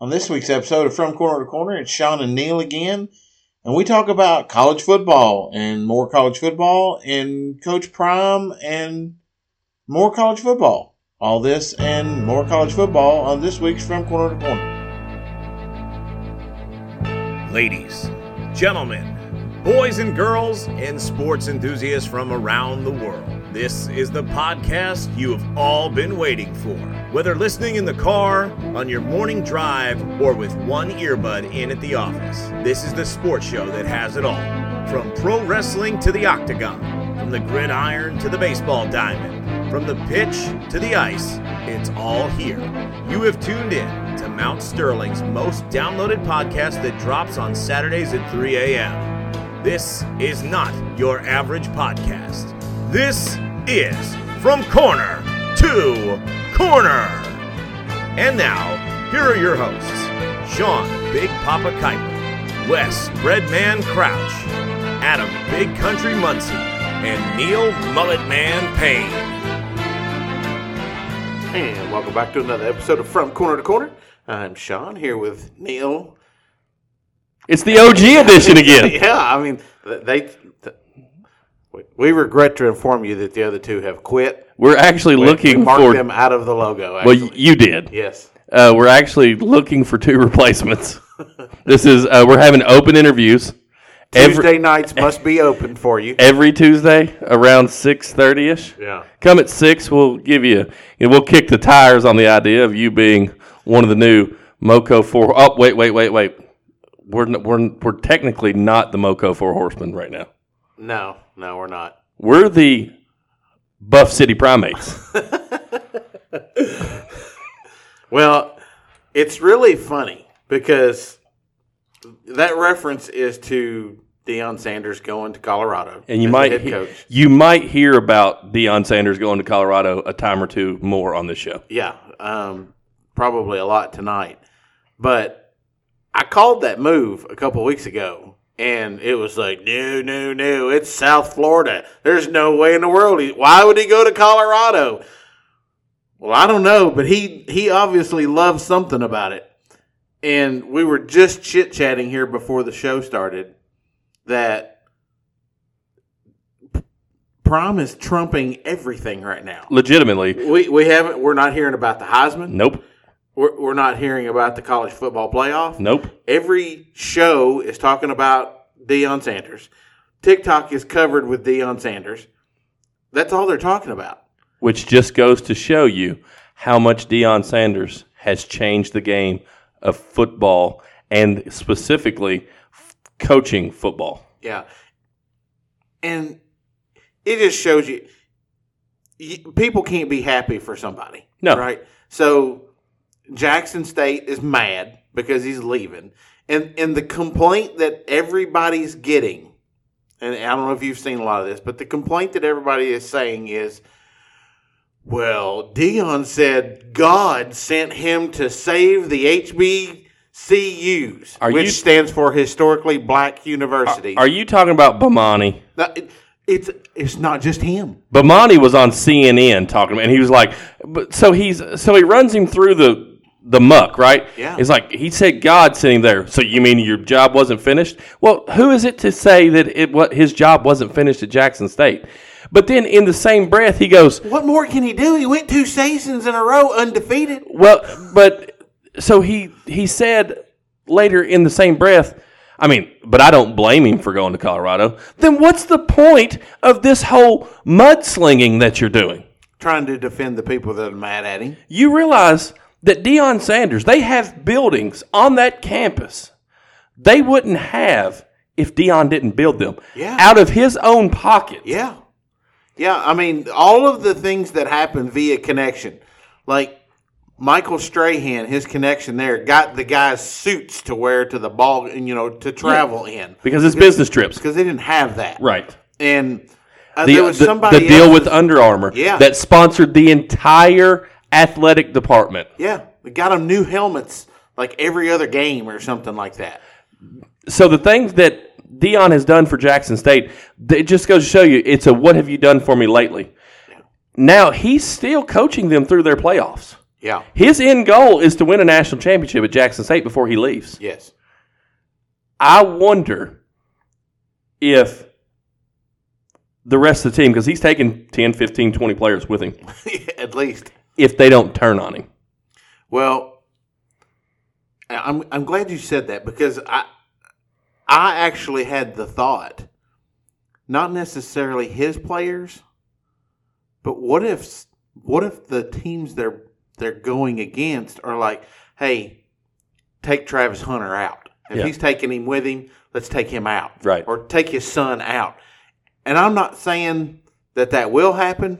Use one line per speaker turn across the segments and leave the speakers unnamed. On this week's episode of From Corner to Corner, it's Sean and Neil again, and we talk about college football and more college football and Coach Prime and more college football. All this and more college football on this week's From Corner to Corner.
Ladies, gentlemen, boys and girls, and sports enthusiasts from around the world, this is the podcast you have all been waiting for. Whether listening in the car, on your morning drive, or with one earbud in at the office, this is the sports show that has it all. From pro wrestling to the octagon, from the gridiron to the baseball diamond, from the pitch to the ice, it's all here. You have tuned in to Mount Sterling's most downloaded podcast that drops on Saturdays at 3 a.m. This is not your average podcast. This is From Corner to Corner. And now, here are your hosts Sean Big Papa Kuiper, Wes Breadman Crouch, Adam Big Country Muncie, and Neil Mulletman Payne.
And welcome back to another episode of From Corner to Corner. I'm Sean here with Neil.
It's the OG edition again.
Yeah, I mean, th- they. th- we- we regret to inform you that the other two have quit.
We're actually
We- we
looking
marked
for.
them out of the logo.
Well,
Actually.
y- you did.
yes,
Uh, we're actually looking for two replacements. this is uh, we're having open interviews every
Tuesday nights must be open for you.
every Tuesday around six thirty ish.
Yeah.
Come at six. We'll give you and we'll kick the tires on the idea of you being one of the new Moco four. Oh, wait, wait, wait, wait. We're n- we're n- we're technically not the Moco four horsemen right now.
No, no, we're not.
We're the Buff City Primates.
Well, it's really funny because that reference is to Deion Sanders going to Colorado,
And you
as the
might
head
he-
coach.
you might hear about Deion Sanders going to Colorado a time or two more on this show.
Yeah, um, probably a lot tonight. But I called that move a couple weeks ago, and it was like, no, no, no, it's South Florida. There's no way in the world. He, why would he go to Colorado? Well, I don't know, but he he obviously loves something about it. And we were just chit chatting here before the show started that prom is trumping everything right now.
Legitimately,
We we haven't. We're not hearing about the Heisman.
nope,
We're, we're not hearing about the college football playoff.
nope.
Every show is talking about Deion Sanders. TikTok is covered with Deion Sanders. That's all they're talking about.
Which just goes to show you how much Deion Sanders has changed the game of football and specifically f- coaching football.
Yeah. And it just shows you, you people can't be happy for somebody.
No.
Right? So Jackson State is mad because he's leaving. And and the complaint that everybody's getting, and I don't know if you've seen a lot of this, but the complaint that everybody is saying is well, Dion said God sent him to save the HBCUs,
Are
which
you-
stands for historically black universities.
Are you talking about Bamani?
No, it- it's it's not just him.
Bamani was on CNN talking about, and he was like, but, so he's so he runs him through the the muck, right?
Yeah.
It's like he said God sent him there. So you mean your job wasn't finished? Well, who is it to say that it what his job wasn't finished at Jackson State? But then in the same breath, he goes,
What more can he do? He went two seasons in a row undefeated.
Well, but so he he said later in the same breath. I mean, but I don't blame him for going to Colorado. Then what's the point of this whole mudslinging that you're doing?
Trying to defend the people that are mad at him.
You realize that Deion Sanders, they have buildings on that campus they wouldn't have if Deion didn't build them
Yeah.
out of his own pocket.
Yeah. Yeah, I mean, all of the things that happen via connection. Like Michael Strahan, his connection there got the guys suits to wear to the ball and you know, to travel in.
Because it's business trips.
Because they didn't have that.
Right.
And uh,
the,
there was
the-
somebody
the deal
else-
with Under Armour
Yeah.
that sponsored the entire athletic department.
Yeah. We got them new helmets like every other game or something like that.
So the things that Dion has done for Jackson State, th- it just goes to show you it's a what have you done for me lately. Now he's still coaching them through their playoffs.
Yeah.
His end goal is to win a national championship at Jackson State before he leaves.
Yes.
I wonder if the rest of the team, because he's taking 10, 15, 20 players with him,
At least.
if they don't turn on him.
Well, I- I'm I'm glad you said that because I I actually had the thought, not necessarily his players, but what if what if the teams they're they're going against are like, hey, take Travis Hunter out. If
Yeah.
he's taking him with him, let's take him out.
Right.
Or take his son out. And I'm not saying that that will happen,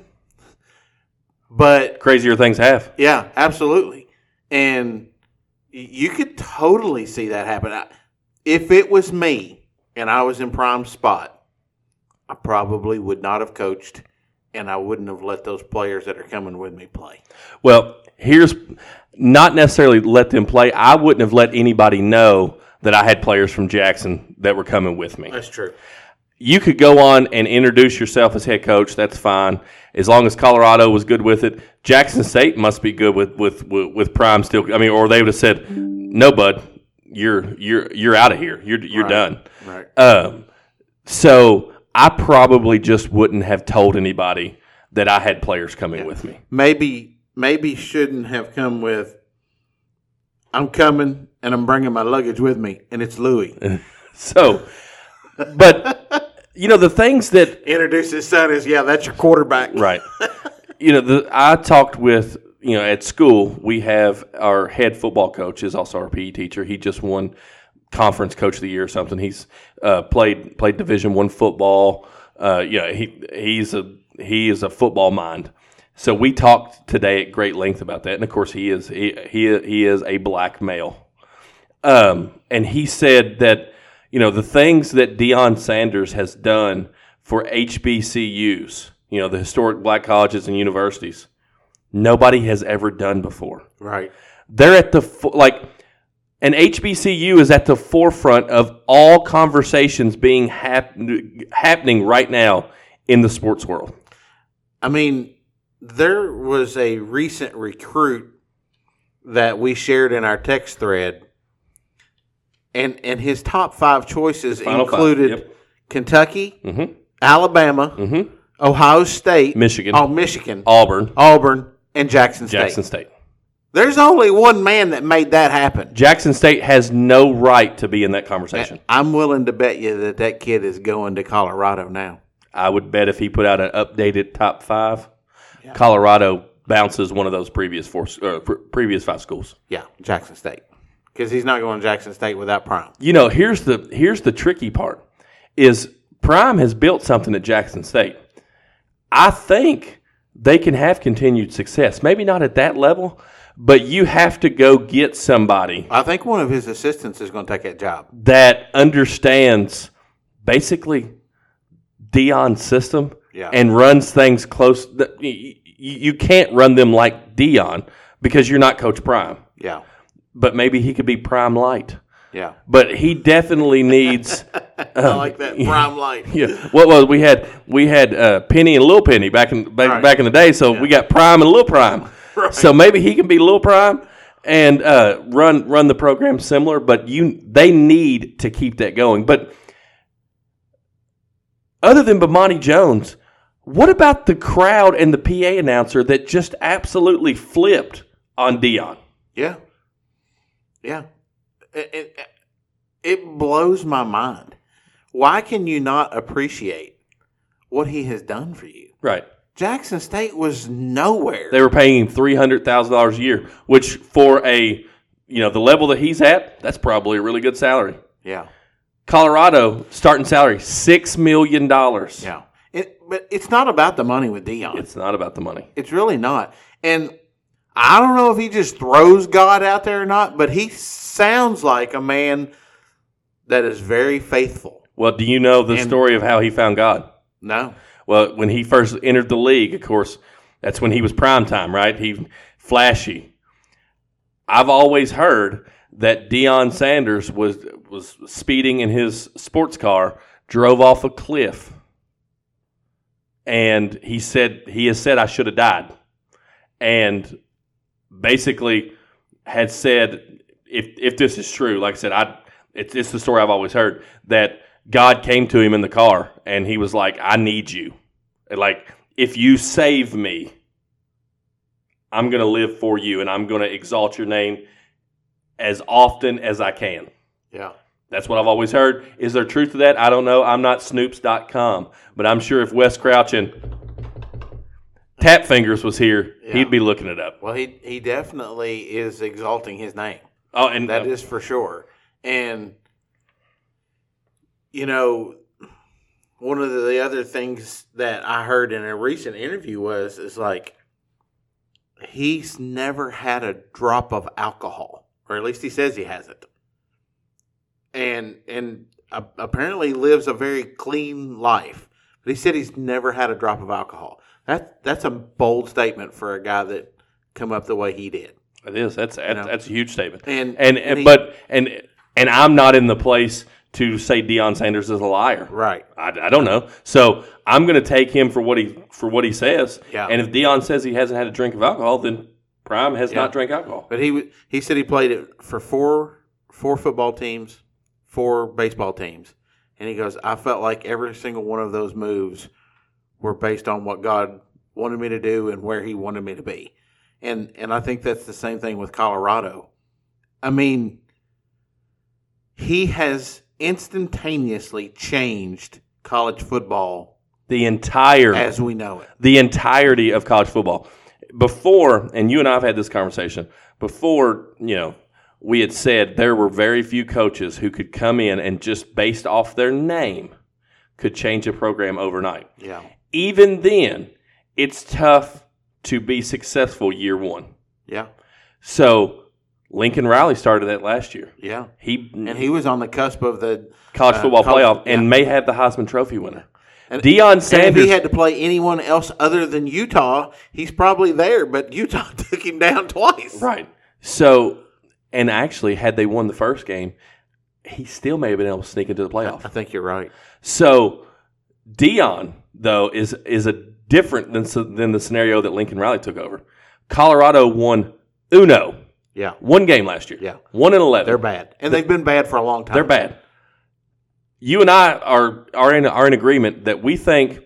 but
Crazier things have.
yeah, absolutely. And y- you could totally see that happen. I- If it was me and I was in prime spot, I probably would not have coached and I wouldn't have let those players that are coming with me play.
Well, here's not necessarily let them play. I wouldn't have let anybody know that I had players from Jackson that were coming with me.
That's true.
You could go on and introduce yourself as head coach. That's fine, as long as Colorado was good with it. Jackson State must be good with with with, with prime still. I mean, or they would have said, "No, bud, you're you're you're out of here. You're you're done."
Right.
Um, so I probably just wouldn't have told anybody that I had players coming with me.
Maybe maybe shouldn't have come with I'm coming and I'm bringing my luggage with me and it's Louis.
So, but you know the things that
Introduce his son as yeah, that's your quarterback.
right. You know, the, I talked with you know at school we have our head football coach is also our PE teacher. He just won conference coach of the year or something. He's uh, played played Division one football. Uh, you know, he he's a he is a football mind. So we talked today at great length about that, and of course he is he he, he is a black male. Um, and he said that, you know, the things that Deion Sanders has done for HBCUs, you know, the historic black colleges and universities, nobody has ever done before.
Right.
They're at the, fo- like, an HBCU is at the forefront of all conversations being hap- happening right now in the sports world.
I mean, there was a recent recruit that we shared in our text thread, and and his top five choices
final five,
included
yep.
Kentucky,
Mhm.
Alabama,
Mhm.
Ohio State,
Michigan,
oh, Michigan,
Auburn,
Auburn, and Jackson State.
Jackson State.
There's only one man that made that happen.
Jackson State has no right to be in that conversation.
I'm willing to bet you that that kid is going to Colorado now.
I would bet if he put out an updated top five, Colorado bounces one of those previous four uh, pr- previous five schools.
Yeah, Jackson State, because he's not going to Jackson State without Prime.
You know, here's the here's the tricky part is Prime has built something at Jackson State. I think they can have continued success. Maybe not at that level, but you have to go get somebody
I think one of his assistants is going to take that job.
that understands basically Dion's system
Yeah.
and runs things close. th- y- y- You can't run them like Dion because you're not Coach Prime,
Yeah,
but maybe he could be Prime Light.
yeah.
But he definitely needs.
I like that prime light.
Oh, yeah, what was we had? We had uh, Penny and Little Penny back in back,
Right.
back in the day. So we got Prime and Little Prime. So maybe he can be Little Prime and uh, run run the program similar. But you they need to keep that going. But other than Bamani Jones, what about the crowd and the PA announcer that just absolutely flipped on Dion?
Yeah, yeah. It, it, it blows my mind. Why can you not appreciate what he has done for you?
Right.
Jackson State was nowhere.
They were paying him three hundred thousand dollars a year, which for a you know the level that he's at, that's probably a really good salary.
yeah,
Colorado starting salary six million dollars.
yeah. It, but it's not about the money with Dion.
It's not about the money.
It's really not. And I don't know if he just throws God out there or not, but he sounds like a man that is very faithful.
Well, do you know the
And-
story of how he found God?
No.
Well, when he first entered the league, of course, that's when he was prime time, right? He flashy. I've always heard that Deion Sanders was was speeding in his sports car, drove off a cliff, and he said he has said I should have died, and basically had said, if if this is true, like I said, I it's it's the story I've always heard that God came to him in the car and he was like, "I need you, like if you save me, I'm gonna live for you and I'm gonna exalt your name as often as I can."
Yeah.
That's what I've always heard. Is there truth to that? I don't know. I'm not Snoops.com, but I'm sure if Wes Crouch and Tap Fingers was here,
Yeah.
he'd be looking it up.
Well, he he definitely is exalting his name.
Oh, and
That is for sure. And you know, one of the other things that I heard in a recent interview was is like he's never had a drop of alcohol, or at least he says he hasn't. And and a- apparently lives a very clean life. But he said he's never had a drop of alcohol. That that's a bold statement for a guy that come up the way he did.
it is. That's that's,
know.
that's a huge statement.
And-
and,
and he-
but and and I'm not in the place to say Deion Sanders is a liar.
Right.
I, I don't know. So I'm going to take him for what he for what he says.
Yeah.
And if Dion says he hasn't had a drink of alcohol, then Prime has
Yeah.
not drank alcohol.
But he w- he said he played it for four four football teams, four baseball teams, and he goes, I felt like every single one of those moves were based on what God wanted me to do and where He wanted me to be, and and I think that's the same thing with Colorado. I mean, he has instantaneously changed college football
The entire
as we know it.
the entirety of college football. Before, and you and I have had this conversation before, you know, we had said there were very few coaches who could come in and just based off their name could change a program overnight.
Yeah,
Even then, it's tough to be successful year one.
yeah,
So Lincoln Riley started that last year.
yeah.
He
And he was on the cusp of the
college
uh,
football
college-
playoff
yeah.
and may have the Heisman Trophy winner.
And-
Deion
And if
Sanders
he had to play anyone else other than Utah, he's probably there. But Utah took him down twice.
Right. So, and actually, had they won the first game, he still may have been able to sneak into the
I
playoff.
think you're right.
So, Dion though is is a different than than the scenario that Lincoln Riley took over. Colorado won uno
Yeah,
one game last year.
Yeah.
one in eleven.
they're bad, and they've been bad for a long time.
They're bad. You and I are are in are in agreement that we think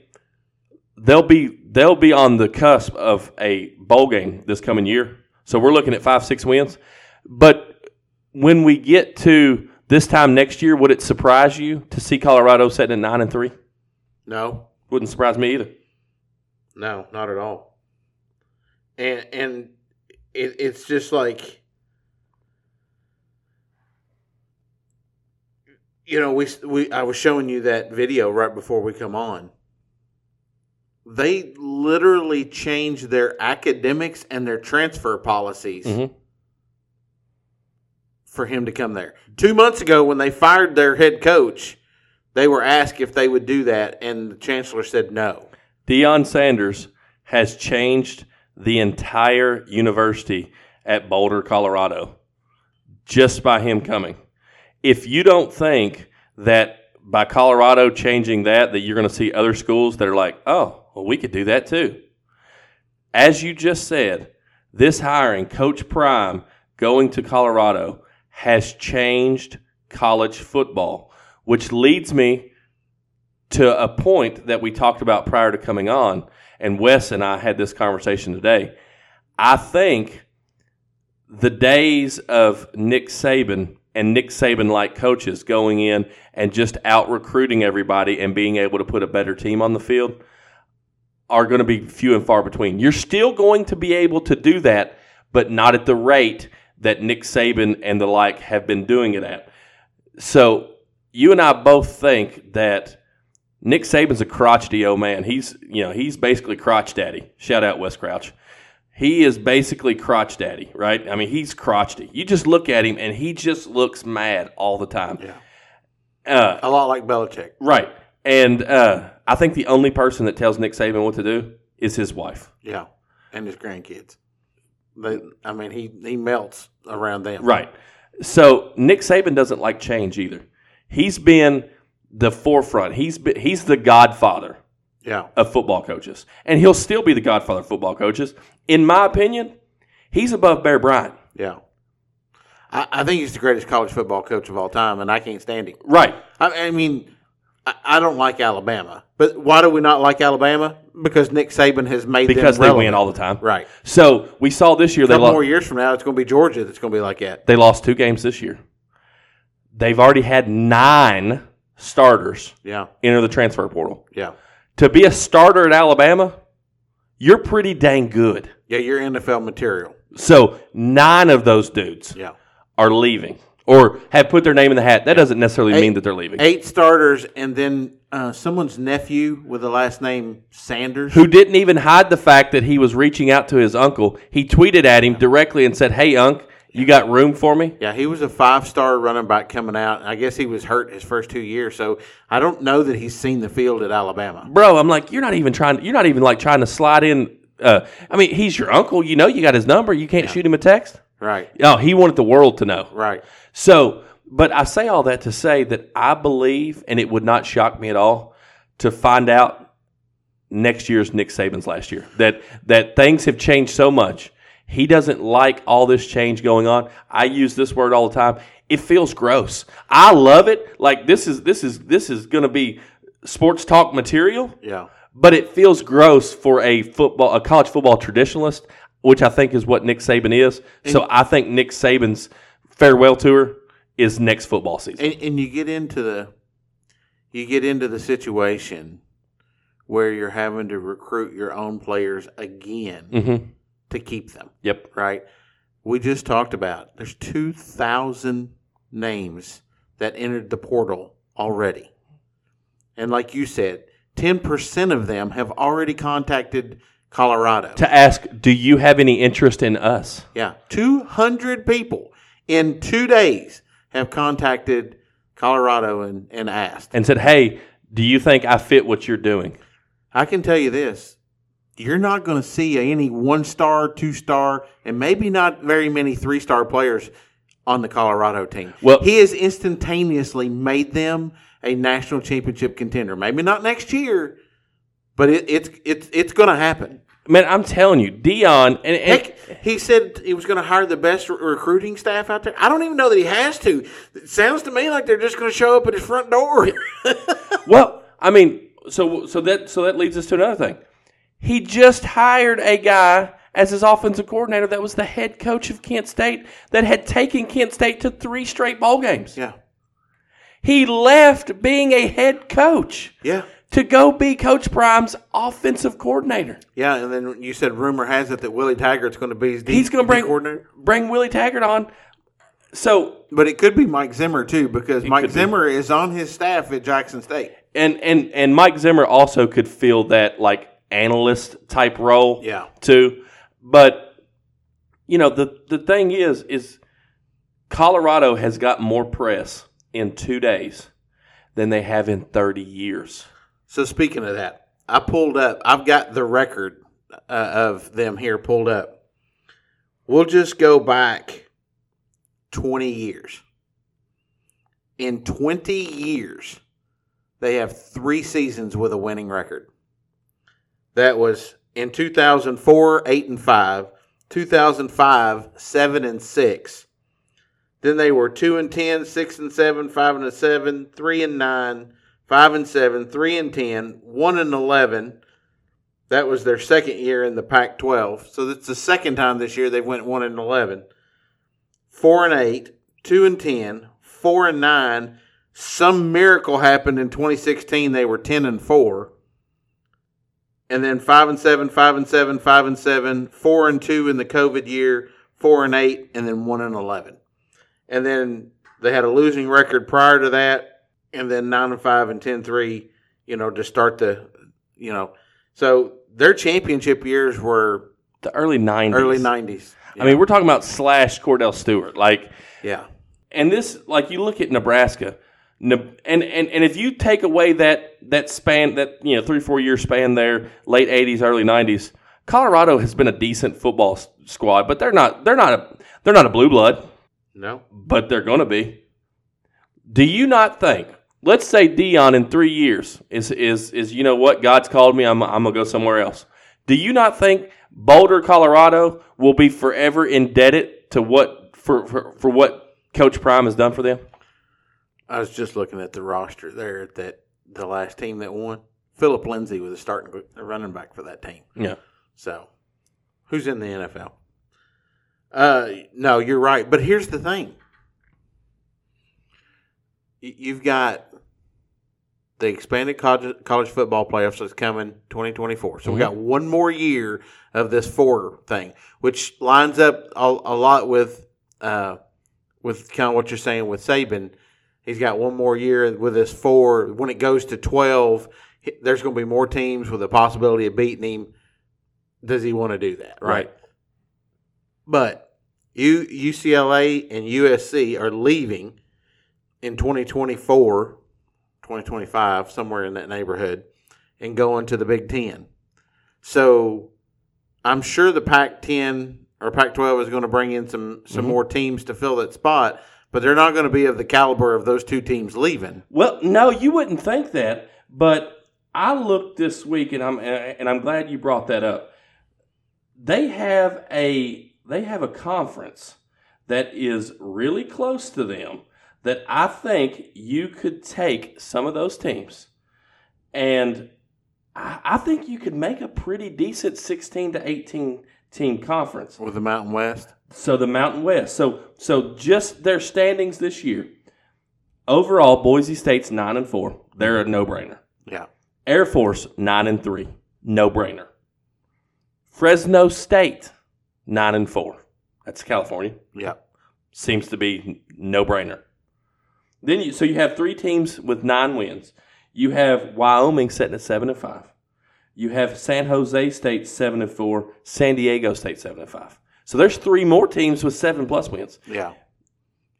they'll be they'll be on the cusp of a bowl game this coming year. So we're looking at five six wins. But when we get to this time next year, would it surprise you to see Colorado sitting at nine and three?
No,
Wouldn't surprise me either.
no, not at all. And and it, it's just like you know we we I was showing you that video right before we come on. They literally changed their academics and their transfer policies.
Mhm.
for him to come there. Two months ago, when they fired their head coach, they were asked if they would do that, and the chancellor said no.
Deion Sanders has changed the entire university at Boulder, Colorado, just by him coming. If you don't think that by Colorado changing that, that you're going to see other schools that are like, oh, well, we could do that too. As you just said, this hiring, Coach Prime going to Colorado, has changed college football, which leads me to a point that we talked about prior to coming on, and Wes and I had this conversation today. I think the days of Nick Saban and Nick Saban like coaches going in and just out recruiting everybody and being able to put a better team on the field are going to be few and far between. You're still going to be able to do that, but not at the rate that Nick Saban and the like have been doing it at. So you and I both think that Nick Saban's a crotchety old man. He's you know he's basically crotch daddy. Shout out Wes Crouch. He is basically crotch daddy, right? I mean, he's crotchety. You just look at him, and he just looks mad all the time.
Yeah.
Uh,
A lot like Belichick.
right. And uh, I think the only person that tells Nick Saban what to do is his wife.
Yeah. And his grandkids. They, I mean, he, he melts around them.
Right. So Nick Saban doesn't like change either. He's been the forefront. He's been, he's the godfather
Yeah.
of football coaches, and he'll still be the godfather of football coaches. In my opinion, He's above Bear Bryant.
Yeah. I, I think he's the greatest college football coach of all time, and I can't stand him.
Right.
I, I mean, I, I don't like Alabama, but why do we not like Alabama? Because Nick Saban has made
Because
them
they
relevant.
win all the time.
Right.
So we saw this year
A
they
couple
lost
more years from now, it's going to be Georgia that's going to be like that.
they lost two games this year. They've already had nine starters
Yeah.
enter the transfer portal.
Yeah.
To be a starter at Alabama, you're pretty dang good.
Yeah. You're NFL material.
So nine of those dudes
Yeah.
are leaving or have put their name in the hat. That doesn't necessarily mean that they're leaving.
Eight starters, and then uh, someone's nephew with the last name Sanders.
Who didn't even hide the fact that he was reaching out to his uncle. He tweeted at him directly and said, Hey, Unc, you got room for me?
Yeah, he was a five star running back coming out. and I guess he was hurt his first two years, so I don't know that he's seen the field at Alabama.
Bro, I'm like, you're not even trying, you're not even like trying to slide in. Uh, I mean, he's your uncle. You know, you got his number. You can't shoot him a text.
Right,
Oh, he wanted the world to know.
right.
So, but I say all that to say that I believe, and it would not shock me at all to find out next year's Nick Saban's last year that that things have changed so much. He doesn't like all this change going on. I use this word all the time. It feels gross. I love it. Like this is this is this is going to be sports talk material
Yeah,
but it feels gross for a football, a college football traditionalist, which I think is what Nick Saban is. so I think Nick Saban's farewell tour is next football season.
and, and you get into the you get into the situation where you're having to recruit your own players again
Mm-hmm.
to keep them.
Yep.
Right. We just talked about there's two thousand names that entered the portal already, and like you said, ten percent of them have already contacted Colorado.
To ask, do you have any interest in us?
Yeah, 200 people in two days have contacted Colorado and, and asked.
And said, hey, do you think I fit what you're doing?
I can tell you this you're not going to see any one star, two star, and maybe not very many three star players on the Colorado team.
Well-
he has instantaneously made them a national championship contender. Maybe not next year, but it, it's, it's, it's going to happen.
Man, I'm telling you, Dion, and, and
Heck, he said he was going to hire the best re- recruiting staff out there. I don't even know that he has to. It sounds to me like they're just going to show up at his front door.
Well, I mean, so so that so that leads us to another thing. He just hired a guy as his offensive coordinator that was the head coach of Kent State that had taken Kent State to three straight bowl games.
yeah,
He left being a head coach
yeah,
to go be Coach Prime's offensive coordinator.
yeah. And then you said rumor has it that Willie Taggart's going to be his D-
He's going to bring
coordinator,
bring Willie Taggart on. So
but it could be Mike Zimmer too because Mike
could be.
Zimmer is on his staff at Jackson State.
and and and Mike Zimmer also could fill that like analyst type role.
Yeah.
Too, but you know the the thing is is Colorado has got more press in two days than they have in thirty years.
So speaking of that, I pulled up. I've got the record uh, of them here pulled up. We'll just go back twenty years. In twenty years, they have three seasons with a winning record. That was in 2004, 8 and 5, 2005, 7 and 6. Then they were 2 and 10, 6 and 7, 5 and 7, 3 and 9, 5 and 7, 3 and 10, 1 and 11. That was their second year in the Pac 12. So that's the second time this year they went 1 and 11. 4 and 8, 2 and 10, 4 and 9. Some miracle happened in 2016. They were 10 and 4. And then 5 and 7, 5 and 7, 5 and 7, 4 and 2 in the COVID year, 4 and 8, and then 1 and 11. And then they had a losing record prior to that, and then 9 and 5 and 10 3, you know, to start the, you know. So their championship years were
The early nineties.
early 90s.
I mean, we're talking about slash Cordell Stewart, like.
Yeah.
and this like you look at Nebraska, Ne- and and and if you take away that that span that you know three four year span there, late eighties, early nineties, Colorado has been a decent football s- squad, but they're not they're not a, they're not a blue blood,
No.
but they're going to be. Do you not think? Let's say Dion in three years is is is you know what God's called me. I'm I'm gonna go somewhere else. Do you not think Boulder, Colorado, will be forever indebted to what for for, for what Coach Prime has done for them?
I was just looking at the roster there at that the last team that won. Philip Lindsay was a starting a running back for that team.
Yeah.
So, who's in the NFL? Uh, no, you're right. But here's the thing: Y- you've got the expanded college, college football playoffs that's coming 2024. So we got one more year of this four thing, which lines up a, a lot with uh, with kind of what you're saying with Saban. He's got one more year with this four. When it goes to 12, h- there's going to be more teams with the possibility of beating him. Does he want to do that? Right. But U- UCLA and USC are leaving in 2024, 2025, somewhere in that neighborhood, and going to the Big Ten. So I'm sure the Pac 10 or Pac 12 is going to bring in some, some more teams to fill that spot, but they're not going to be of the caliber of those two teams leaving.
Well, no, you wouldn't think that, but I looked this week, and I'm and I'm glad you brought that up. They have a they have a conference that is really close to them that I think you could take some of those teams, and I, I think you could make a pretty decent sixteen to eighteen team conference.
With the Mountain West,
So the Mountain West. So so just their standings this year. Overall, Boise State's nine and four. They're a no brainer.
yeah,
Air Force nine and three. No brainer. Fresno State nine and four. That's California.
yeah,
Seems to be no brainer. Then you so you have three teams with nine wins. You have Wyoming sitting at seven and five. You have San Jose State seven and four. San Diego State seven and five. So there's three more teams with seven plus wins.
yeah.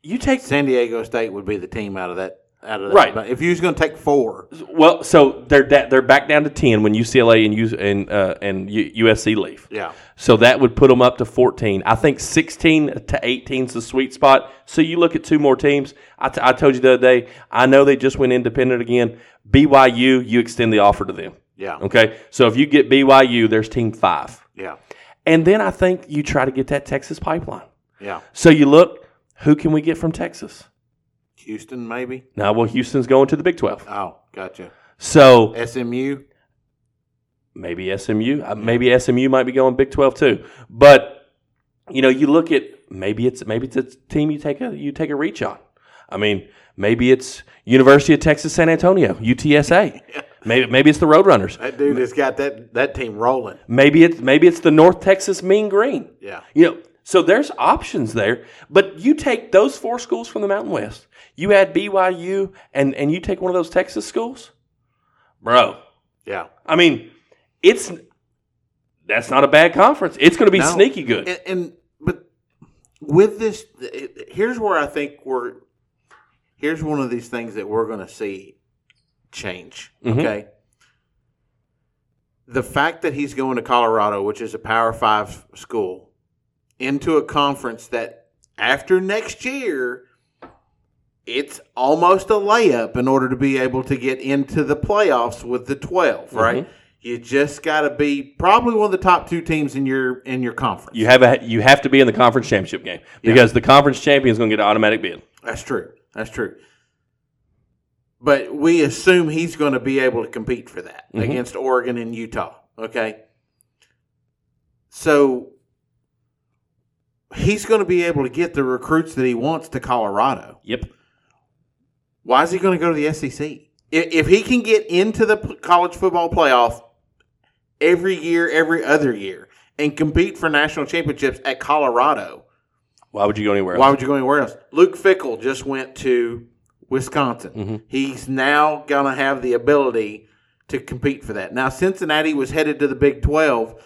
You take
San Diego State would be the team out of that. Out of that.
Right.
But if you was going to take four,
well, so they're da- they're back down to ten when UCLA and U- and uh, and U- USC leave.
yeah,
So that would put them up to 14. I think 16 to 18 is the sweet spot. So you look at two more teams. I, t- I told you the other day, I know they just went independent again. BYU, you extend the offer to them.
yeah,
Okay. So if you get BYU, there's team five.
yeah,
And then I think you try to get that Texas pipeline.
yeah.
So you look, who can we get from Texas?
Houston, maybe.
Now, well, Houston's going to the Big 12.
Oh, gotcha.
So
SMU.
maybe SMU, Uh, maybe SMU might be going Big 12 too. But you know, you look at maybe it's maybe it's a team you take a you take a reach on. I mean, maybe it's University of Texas San Antonio, UTSA. Maybe maybe it's the Roadrunners.
That dude has got that that team rolling.
Maybe it's maybe it's the North Texas Mean Green.
Yeah.
You know, so there's options there, but you take those four schools from the Mountain West, you add BYU, and and you take one of those Texas schools, bro.
Yeah.
I mean, it's that's not a bad conference. It's going to be
No.
sneaky good.
And, and but with this, it- here's where I think we're. Here's one of these things that we're going to see change.
Mhm.
Okay. The fact that he's going to Colorado, which is a Power Five school, into a conference that after next year, it's almost a layup in order to be able to get into the playoffs with the 12, right? You just got to be probably one of the top two teams in your in your conference.
you have a you have to be in the conference championship game because the conference champion is going to get an automatic bid.
That's true. That's true. But we assume he's going to be able to compete for that against Oregon and Utah. Okay. So he's going to be able to get the recruits that he wants to Colorado.
Yep.
Why is he going to go to the SEC? I- If he can get into the p- college football playoff every year, every other year, and compete for national championships at Colorado,
Why would you go anywhere?
why
else?
would you go anywhere else? Luke Fickle just went to Wisconsin. He's now going to have the ability to compete for that. Now Cincinnati was headed to the Big 12,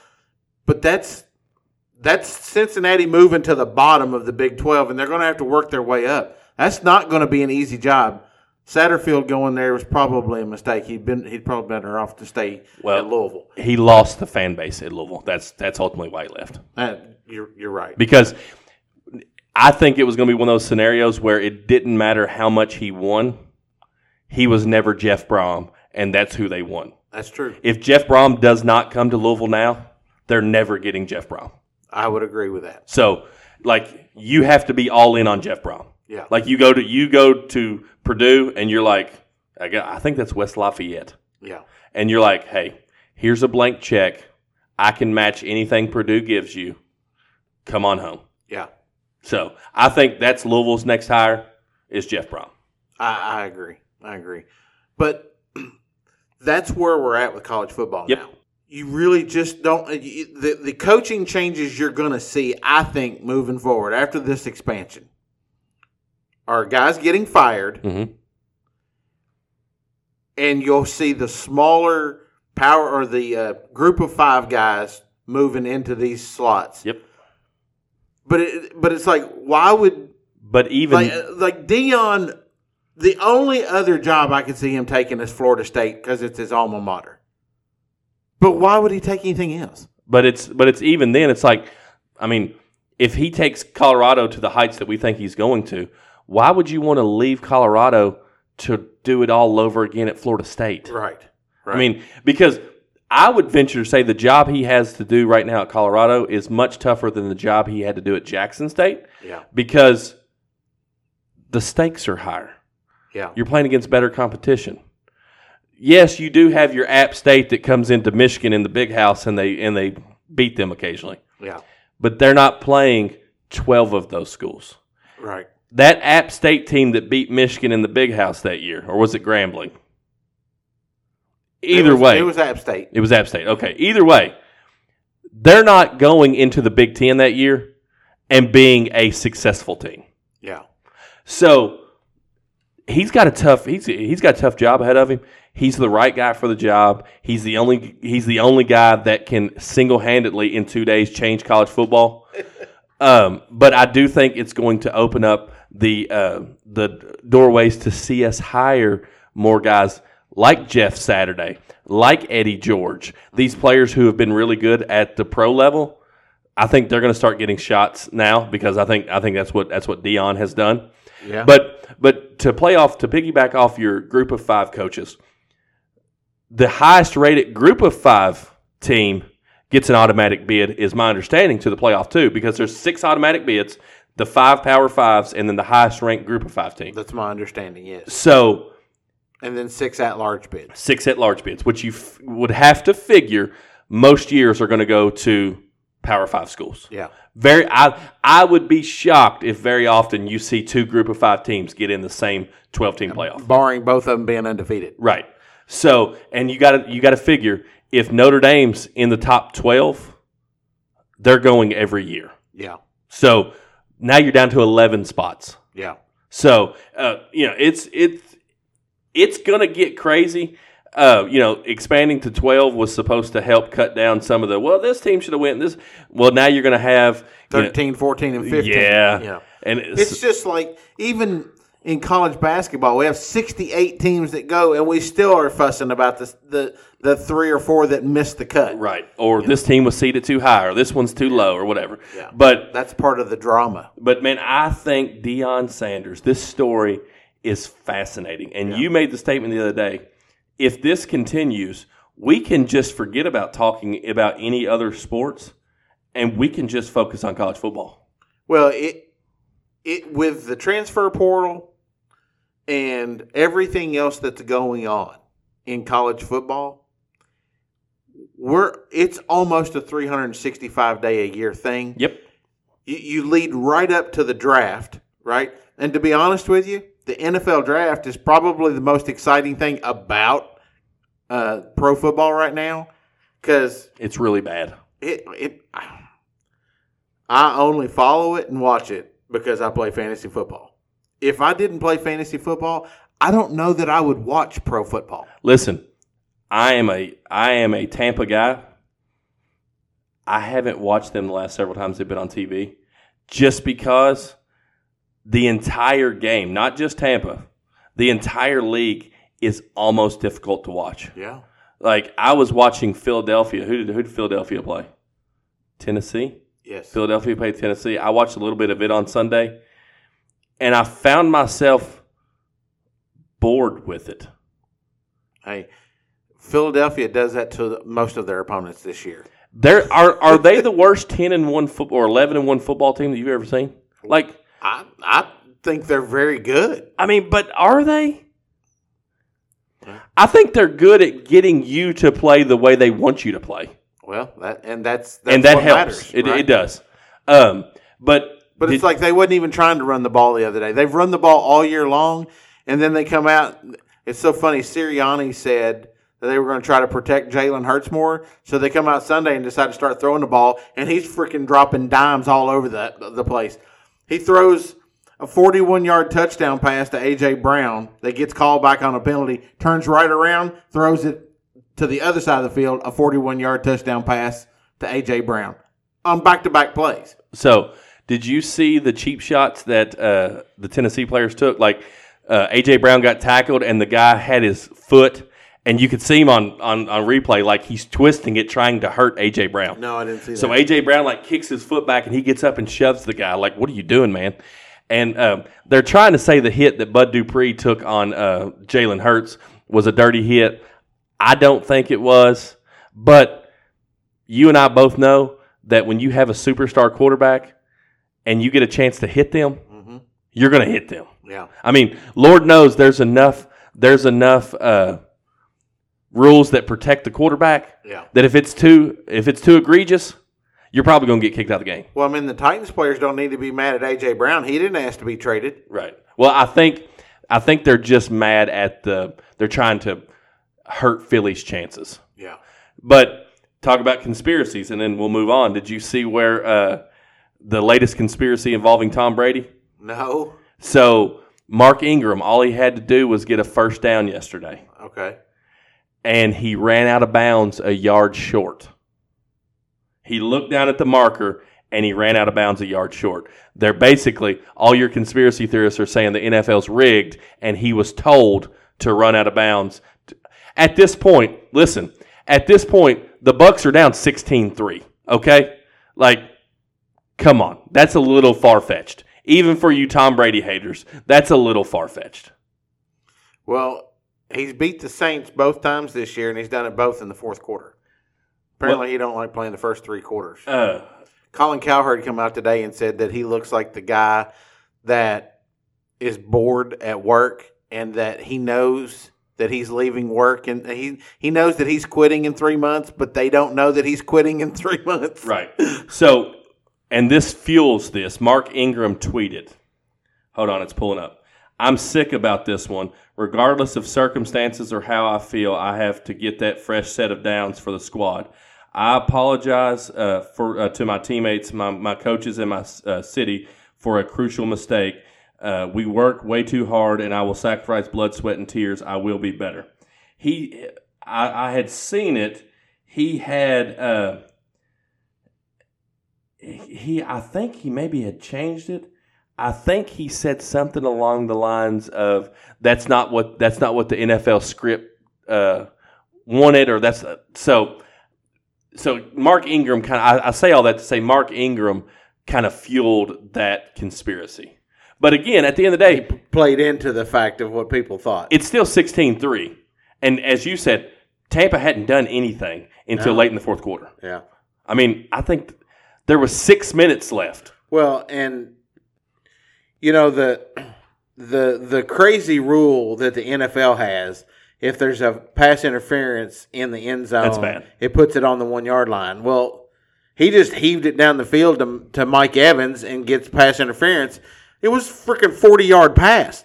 but that's that's Cincinnati moving to the bottom of the Big 12 and they're going to have to work their way up. That's not going to be an easy job. Satterfield going there was probably a mistake. He'd been he'd probably better off to stay
Well-
at Louisville.
He lost the fan base at Louisville. That's that's ultimately why he left
Uh, you're you're right.
because I think it was going to be one of those scenarios where it didn't matter how much he won, he was never Jeff Brom, and that's who they won.
That's true.
If Jeff Brom does not come to Louisville now, they're never getting Jeff Brom.
I would agree with that.
So, like, you have to be all in on Jeff Brom.
Yeah.
Like, you go to you go to Purdue, and you're like, I, got, I think that's West Lafayette,
yeah.
and you're like, hey, here's a blank check. I can match anything Purdue gives you. Come on home.
Yeah.
So I think that's Louisville's next hire is Jeff Brom.
I, I agree. I agree. But that's where we're at with college football
Yep.
now. You really just don't. uh, You, the, the coaching changes you're going to see, I think, moving forward after this expansion are guys getting fired,
Mhm.
and you'll see the smaller power or the uh, group of five guys moving into these slots.
Yep.
But it, but it's like, why would
But even
like uh, like Dion, the only other job I could see him taking is Florida State because it's his alma mater. But why would he take anything else?
but it's but it's even then it's like I mean if he takes Colorado to the heights that we think he's going to, why would you want to leave Colorado to do it all over again at Florida State?
Right.
I mean because I would venture to say the job he has to do right now at Colorado is much tougher than the job he had to do at Jackson State
Yeah.
because the stakes are higher.
Yeah.
You're playing against better competition. Yes, you do have your App State that comes into Michigan in the big house and they and they beat them occasionally.
Yeah.
But they're not playing 12 of those schools.
Right.
That App State team that beat Michigan in the big house that year or was it Grambling? Either
It was-
way,
it was App State.
it was App State. Okay. Either way, they're not going into the Big 10 that year and being a successful team.
Yeah.
So he's got a tough he's he's got a tough job ahead of him. He's the right guy for the job. He's the only he's the only guy that can single handedly in two days change college football. um, but I do think it's going to open up the uh, the doorways to see us hire more guys like Jeff Saturday, like Eddie George. These players who have been really good at the pro level. I think they're going to start getting shots now because I think I think that's what that's what Dion has done.
Yeah.
But but to play off to piggyback off your group of five coaches, the highest rated group of five team gets an automatic bid, is my understanding to the playoff too, because there's six automatic bids, the five power fives, and then the highest ranked group of five team.
that's my understanding. Yes.
So
And then six at large bids.
six at large bids, which you f- would have to figure most years are going to go to power five schools.
Yeah.
Very, I I would be shocked if very often you see two group of five teams get in the same twelve team playoff.
Barring both of them being undefeated.
Right. So, and you got to you got to figure if Notre Dame's in the top 12, they're going every year.
Yeah.
So, now you're down to 11 spots.
Yeah.
So, uh, you know, it's it's it's going to get crazy. Uh, you know, expanding to 12 was supposed to help cut down some of the well, this team should have went this well, now you're going to have you know,
13, 14, and 15.
Yeah.
Yeah.
and it's,
It's just like even in college basketball, we have sixty-eight teams that go, and we still are fussing about the the, the three or four that missed the cut.
right or this team was seated too high or this one's too low or whatever.
Yeah.
But
That's part of the drama.
But man, I think Deion Sanders, this story is fascinating. And you made the statement the other day. If this continues, we can just forget about talking about any other sports and we can just focus on college football.
Well, it it with the transfer portal and everything else that's going on in college football, we're it's almost a three hundred and sixty-five day a year thing.
Yep.
you, you lead right up to the draft, right? And to be honest with you, the NFL draft is probably the most exciting thing about uh, pro football right now because
It's really bad.
it, it. I only follow it and watch it because I play fantasy football. If I didn't play fantasy football, I don't know that I would watch pro football.
Listen, I am a I am a Tampa guy. I haven't watched them the last several times they've been on TV just because the entire game, not just Tampa, the entire league is almost difficult to watch.
Yeah,
Like I was watching Philadelphia. Who did who did Philadelphia play? Tennessee.
yes,
Philadelphia played Tennessee. I watched a little bit of it on Sunday, and I found myself bored with it.
Hey, Philadelphia does that to the, most of their opponents this year.
They're, are are they the worst ten and one foot or eleven and one football team that you've ever seen? Like,
I I think they're very good.
I mean, but are they? I think they're good at getting you to play the way they want you to play,
Well, that and that's, that's
and that
what
helps.
matters,
it,
right?
it does. Um, but
But it's
did-
like they wasn't even trying to run the ball the other day. They've run the ball all year long, and then they come out. It's so funny. Sirianni said that they were going to try to protect Jalen Hurts more, so they come out Sunday and decide to start throwing the ball, and he's freaking dropping dimes all over the the place. He throws a 41 yard touchdown pass to AJ Brown that gets called back on a penalty, turns right around, throws it to the other side of the field, a 41 yard touchdown pass to AJ Brown on back to back plays.
So, did you see the cheap shots that uh, the Tennessee players took? Like uh, AJ Brown got tackled, and the guy had his foot, and you could see him on, on, on replay, like he's twisting it, trying to hurt AJ Brown.
No, I didn't see that.
So AJ Brown like kicks his foot back, and he gets up and shoves the guy. Like, what are you doing, man? And um, they're trying to say the hit that Bud Dupree took on uh, Jalen Hurts was a dirty hit. I don't think it was, but you and I both know that when you have a superstar quarterback and you get a chance to hit them, you're going to hit them.
yeah.
I mean, Lord knows there's enough there's enough uh, rules that protect the quarterback
Yeah.
that if it's too if it's too egregious, you're probably going to get kicked out of the game.
Well, I mean, the Titans players don't need to be mad at AJ Brown. He didn't ask to be traded.
Right. Well, I think I think they're just mad at the they're trying to hurt Philly's chances.
Yeah.
But talk about conspiracies, and then we'll move on. Did you see where uh, the latest conspiracy involving Tom Brady?
No.
So Mark Ingram, all he had to do was get a first down yesterday,
Okay.
and he ran out of bounds a yard short. He looked down at the marker and he ran out of bounds a yard short. They're basically all your conspiracy theorists are saying the NFL's rigged and he was told to run out of bounds. At this point, listen, at this point, the Bucks are down 16-3, okay? Like come on. That's a little far-fetched. Even for you Tom Brady haters, that's a little far-fetched.
Well, he's beat the Saints both times this year, and he's done it both in the fourth quarter. Apparently, he don't like playing the first three quarters.
Uh
Colin Cowherd come out today and said that he looks like the guy that is bored at work and that he knows that he's leaving work and he he knows that he's quitting in 3 months but they don't know that he's quitting in 3 months.
Right. So, and this fuels this. Mark Ingram tweeted, hold on, it's pulling up. I'm sick about this one. Regardless of circumstances or how I feel, I have to get that fresh set of downs for the squad. I apologize uh, for uh, to my teammates, my, my coaches, and my uh, city for a crucial mistake. Uh, we work way too hard, and I will sacrifice blood, sweat, and tears. I will be better. He, I, I had seen it. He had. Uh, he I think he maybe had changed it. I think he said something along the lines of that's not what that's not what the NFL script uh, wanted or that's uh, so so Mark Ingram kind of I, I say all that to say Mark Ingram kind of fueled that conspiracy. But again, at the end of the
He
day,
p- played into the fact of what people thought.
it's still 16-3. And as you said, Tampa hadn't done anything until
No.
late in the fourth quarter.
yeah.
I mean, I think there was 6 minutes left.
Well, and you know the the the crazy rule that the NFL has if there's a pass interference in the end zone,
That's bad.
It puts it on the one yard line. Well, he just heaved it down the field to, to Mike Evans and gets pass interference. It was freaking forty yard pass.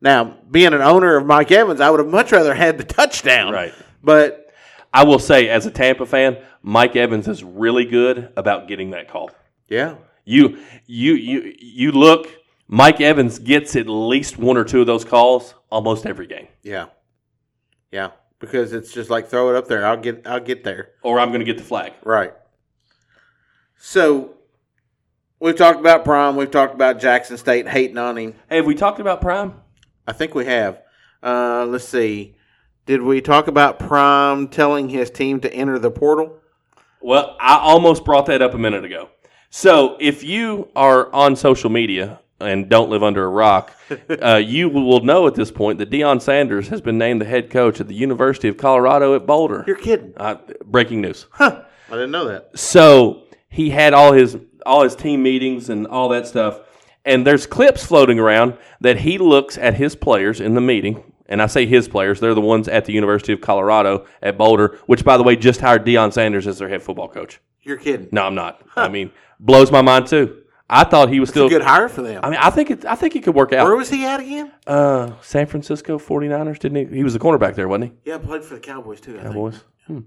Now, being an owner of Mike Evans, I would have much rather had the touchdown.
Right.
But
I will say, as a Tampa fan, Mike Evans is really good about getting that call.
yeah,
You, you, you, you look. Mike Evans gets at least one or two of those calls almost every game.
yeah, yeah. Because it's just like throw it up there. I'll get I'll get there.
Or I'm going to get the flag.
Right. So we've talked about Prime. We've talked about Jackson State hating on him.
Hey, have we talked about Prime?
I think we have. Uh, let's see. Did we talk about Prime telling his team to enter the portal?
Well, I almost brought that up a minute ago. So if you are on social media, and don't live under a rock, uh, you will know at this point that Deion Sanders has been named the head coach at the University of Colorado at Boulder.
You're kidding.
Uh, breaking news.
Huh. I didn't know that.
So he had all his all his team meetings and all that stuff. And there's clips floating around that he looks at his players in the meeting. And I say his players, they're the ones at the University of Colorado at Boulder, which by the way just hired Deion Sanders as their head football coach.
You're kidding.
No, I'm not. I mean, blows my mind too. I thought he was
It's a
still
good hire for them.
I mean, I think it, I think he could work
Where
out.
was he at again?
Uh, San Francisco 49ers, didn't he? He was the cornerback there, wasn't he?
Yeah, played for the Cowboys too. I think.
Cowboys. Hmm.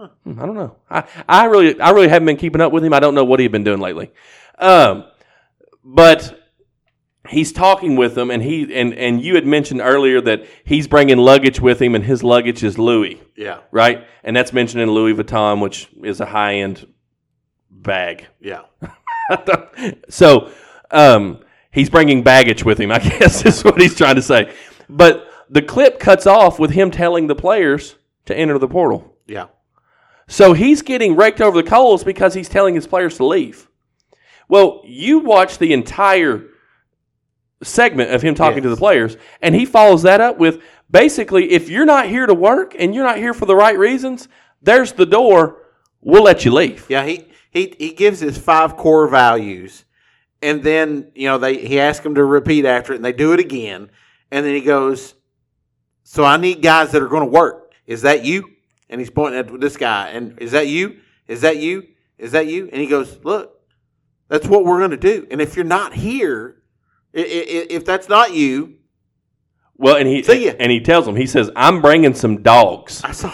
Hmm, I don't know. I, I really I really haven't been keeping up with him. I don't know what he'd been doing lately. Um, but he's talking with them, and he and and you had mentioned earlier that he's bringing luggage with him, and his luggage is Louis,
Yeah,
right? And that's mentioned in Louis Vuitton, which is a high end bag.
yeah.
so um, he's bringing baggage with him, I guess is what he's trying to say. But the clip cuts off with him telling the players to enter the portal.
Yeah.
So he's getting raked over the coals because he's telling his players to leave. Well, you watch the entire segment of him talking to
Yes.
the players, and he follows that up with basically, if you're not here to work and you're not here for the right reasons, there's the door. We'll let you leave.
Yeah, he, he he gives his five core values, and then you know they he asks them to repeat after it, and they do it again, and then he goes, "So I need guys that are going to work. Is that you?" And he's pointing at this guy, and is that you? Is that you? Is that you? And he goes, "Look, that's what we're going to do. And if you're not here, i- i- i- if that's not you,
Well, and he
See ya.
and he tells them, he says, "I'm bringing some dogs,
I saw."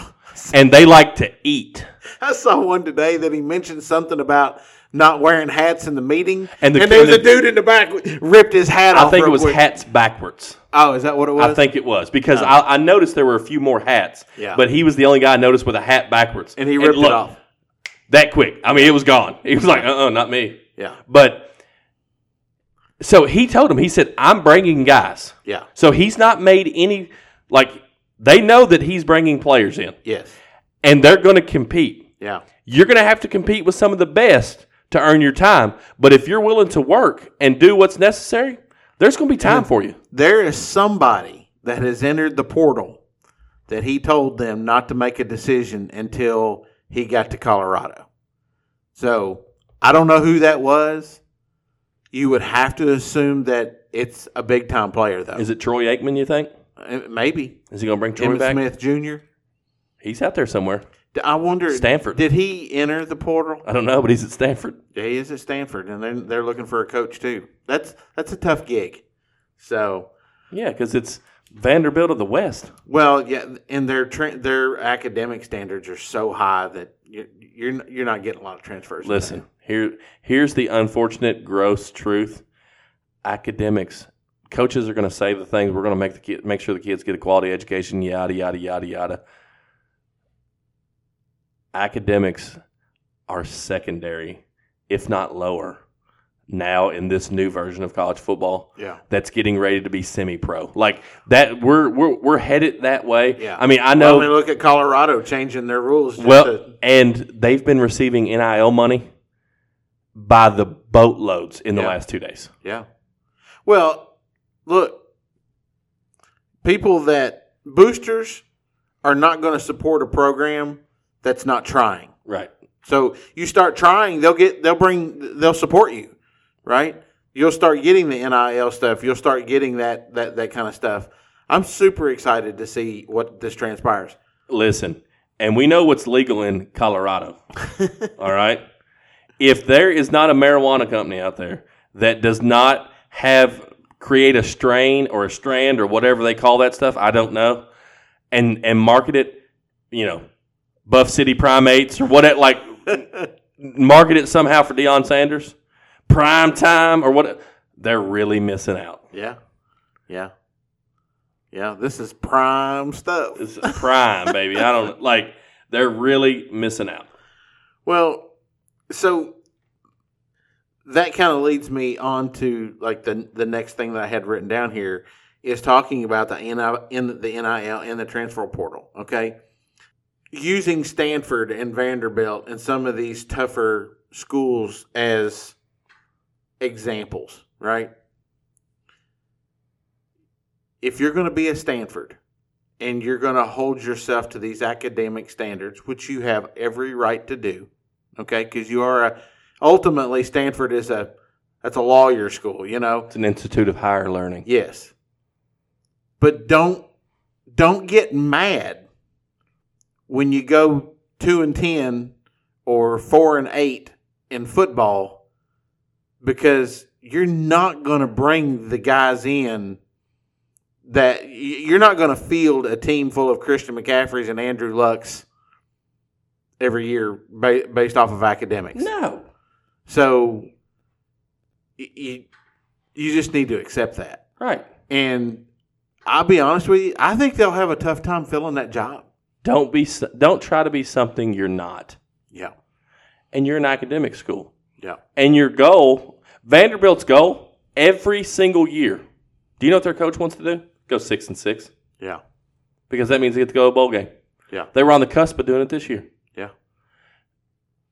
and they like to eat."
I saw one today that he mentioned something about not wearing hats in the meeting,
And
and,
the-
there was
and the-
a dude in the back ripped his hat off.
I think it
real
was
quick.
hats backwards.
Oh, is that what it was?
I think it was because I, I noticed there were a few more hats,
Oh. Yeah.
but he was the only guy I noticed with a hat backwards,
and he ripped
look,
it off.
that quick. I mean, it was gone. He was like, "Uh, uh not me."
Yeah,
But so he told him, he said, "I'm bringing guys."
yeah,
So he's not made any like they know that he's bringing players in,
yes,
and they're going to compete.
yeah,
You're going to have to compete with some of the best to earn your time. But if you're willing to work and do what's necessary, there's going to be time for you.
there is somebody that has entered the portal that he told them not to make a decision until he got to Colorado. So I don't know who that was. You would have to assume that it's a big time player, though.
Is it Troy Aikman, you think?
Uh, Maybe
Is he going to bring Troy
Emmett
back?
Smith Jr.
He's out there somewhere.
D- I wonder.
Stanford.
Did he enter the portal?
I don't know, but he's at Stanford.
Yeah, he is at Stanford, and they're, they're looking for a coach too. That's that's a tough gig. So,
Yeah, because it's Vanderbilt of the West.
well, yeah, and their tra- their academic standards are so high that you're you're, n- you're not getting a lot of transfers.
Listen, here, here's the unfortunate, gross truth. Academics, coaches are going to say the things. We're going to make the kid, make sure the kids get a quality education. Yada yada yada yada. Academics are secondary, if not lower, now in this new version of college football
Yeah,
that's getting ready to be semi-pro. Like that, we're we're we're headed that way.
Yeah.
I mean, I
no.
know.
Well, I mean, look at Colorado changing their rules. just
Well,
to-
and they've been receiving NIL money by the boatloads in the
Yeah.
last two days.
yeah. Well, look, people that boosters are not going to support a program that's not trying.
Right.
So you start trying, they'll get, they'll bring, they'll support you, right? You'll start getting the NIL stuff. You'll start getting that that that kind of stuff. I'm super excited to see what this transpires.
Listen, and we know what's legal in Colorado. all right. If there is not a marijuana company out there that does not have create a strain or a strand or whatever they call that stuff, I don't know, and and market it, you know, Buff City Primates or what it like market it somehow for Deion Sanders, prime time or what they're really missing out.
Yeah, yeah, yeah. This is prime stuff.
This is prime, baby. I don't like they're really missing out.
Well, so that kind of leads me on to like the the next thing that I had written down here is talking about the NIL, in the NIL and the transfer portal. Okay, using Stanford and Vanderbilt and some of these tougher schools as examples, right? if you're going to be a Stanford and you're going to hold yourself to these academic standards, which you have every right to do, okay? Because you are a, ultimately Stanford is a that's a lawyer school, you know.
It's an institute of higher learning.
Yes, but don't don't get mad when you go two and ten or four and eight in football because you're not going to bring the guys in that y- you're not going to field a team full of Christian McCaffreys and Andrew Lucks every year ba- based off of academics.
No.
So you you just need to accept that.
Right.
And I'll be honest with you, I think they'll have a tough time filling that job.
Don't be. s- Don't try to be something you're not.
Yeah.
And you're an academic school.
Yeah.
And your goal, Vanderbilt's goal, every single year. Do you know what their coach wants to do? Go six and six
Yeah.
because that means they get to go to a bowl game.
Yeah.
They were on the cusp of doing it this year.
Yeah.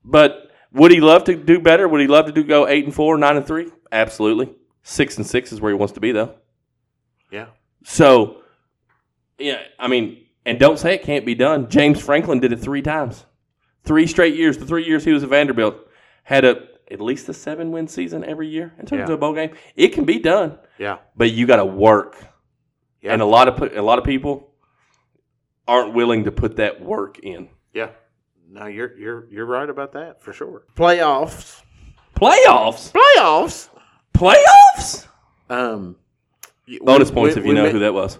But would he love to do better? Would he love to do go eight and four, nine and three? Absolutely. Six and six is where he wants to be, though.
Yeah.
So, yeah, I mean, and don't say it can't be done. James Franklin did it three times, three straight years. The three years he was at Vanderbilt had a at least a seven win season every year and took it
Yeah.
to a bowl game. It can be done,
Yeah.
but you got to work.
Yeah.
And a lot of pe- a lot of people aren't willing to put that work in.
Yeah. No, you're you're you're right about that for sure. Playoffs.
Playoffs,
Playoffs.
playoffs.
Um y-
Bonus
we-
points
we-
if you
we
know
men-
who that was.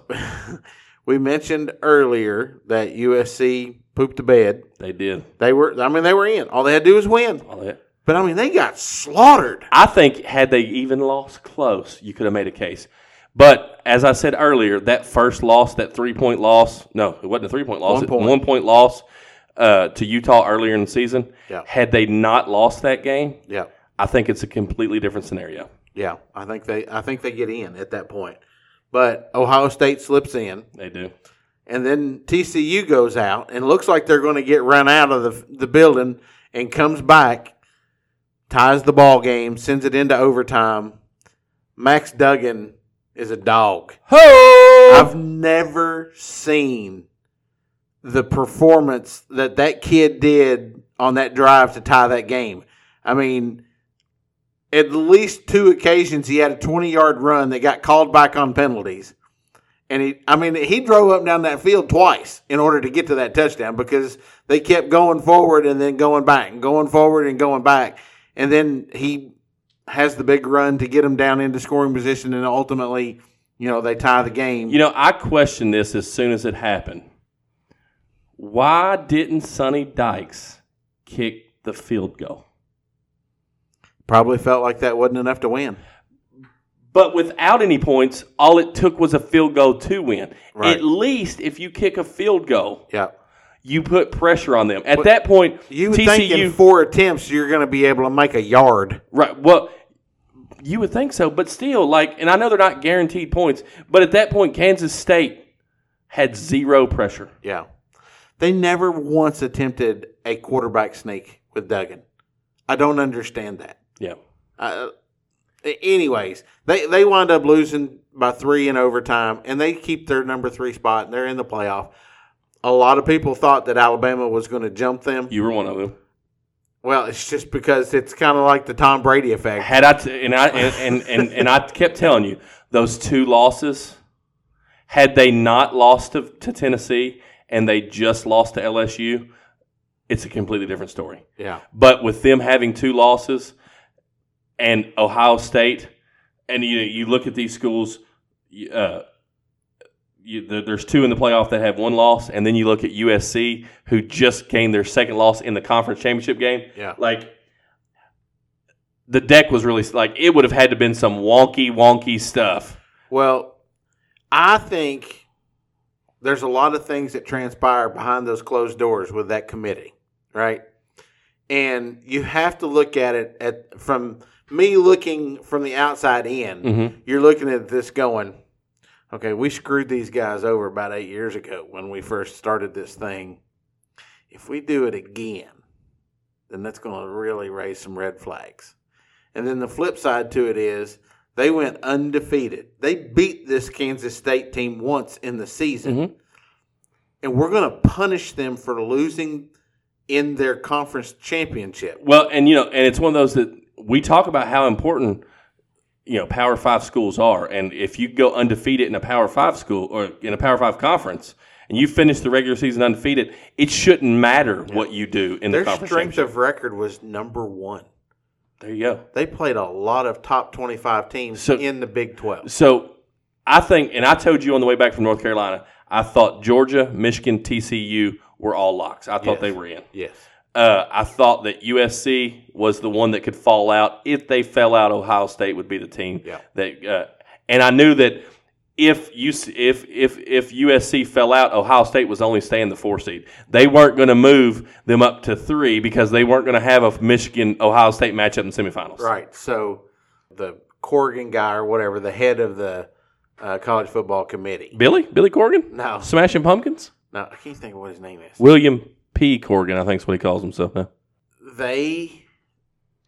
We mentioned earlier that USC pooped the bed.
They did.
They were I mean they were in. All they had to do was win.
All that.
But I mean they got slaughtered.
I think had they even lost close, you could have made a case. But as I said earlier, that first loss, that three point loss, no, it wasn't a three point loss,
One
it-
point.
one point loss uh, to Utah earlier in the season.
Yeah.
Had they not lost that game,
Yeah.
I think it's a completely different scenario.
Yeah. I think they I think they get in at that point. But Ohio State slips in.
They do.
and then TCU goes out and looks like they're going to get run out of the the building and comes back, ties the ball game, sends it into overtime. Max Duggan is a dog.
Ho!
I've never seen the performance that that kid did on that drive to tie that game. I mean, at least two occasions he had a 20 yard run that got called back on penalties. And he, I mean, he drove up and down that field twice in order to get to that touchdown because they kept going forward and then going back and going forward and going back. And then he has the big run to get him down into scoring position and ultimately, you know, they tie the game.
You know, I questioned this as soon as it happened. Why didn't Sonny Dykes kick the field goal?
Probably felt like that wasn't enough to win.
But without any points, all it took was a field goal to win.
Right.
At least if you kick a field goal,
Yeah.
you put pressure on them. At that point,
You would think in
TCU.
four attempts you're going to be able to make a yard.
right. Well, you would think so, but still, like, and I know they're not guaranteed points, but at that point, Kansas State had zero pressure.
Yeah. They never once attempted a quarterback sneak with Duggan. I don't understand that.
Yeah.
Uh, anyways, they, they wind up losing by three in overtime, and they keep their number three spot, and they're in the playoff. A lot of people thought that Alabama was going to jump them.
You were one of them.
Well, it's just because it's kind of like the Tom Brady effect.
Had I t- and I and, and, and, and I kept telling you those two losses, had they not lost to, to Tennessee and they just lost to LSU, it's a completely different story.
Yeah.
But with them having two losses and Ohio State, and you you look at these schools, you, uh, you, there, there's two in the playoff that have one loss, and then you look at USC, who just gained their second loss in the conference championship game.
Yeah.
Like the deck was really like it would have had to been some wonky, wonky stuff.
Well, I think there's a lot of things that transpire behind those closed doors with that committee, right? And you have to look at it at from me looking from the outside in.
Mm-hmm.
You're looking at this going, okay, we screwed these guys over about 8 years ago when we first started this thing. If we do it again, then that's going to really raise some red flags. And then the flip side to it is They went undefeated. They beat this Kansas State team once in the season.
Mm-hmm.
And we're going to punish them for losing in their conference championship.
Well, and you know, and it's one of those that we talk about how important you know Power Five schools are, and if you go undefeated in a Power Five school or in a Power Five conference, and you finish the regular season undefeated, it shouldn't matter what you do in
Their
the conference.
strength
championship.
of record was number one.
there you go.
They played a lot of top 25 teams
So-
in the Big 12.
So I think, and I told you on the way back from North Carolina, I thought Georgia, Michigan, TCU were all locks. I thought
Yes.
they were in.
Yes.
Uh, I thought that USC was the one that could fall out. If they fell out, Ohio State would be the team
Yeah.
that. Uh, and I knew that if you if if if USC fell out, Ohio State was only staying the four seed. They weren't going to move them up to three because they weren't going to have a Michigan Ohio State matchup in semifinals.
Right. So the Corrigan guy or whatever, the head of the uh, college football committee.
Billy Billy Corgan,
No,
Smashing Pumpkins,
no, I can't think of what his name is.
William P. Corgan, I think is what he calls himself now.
they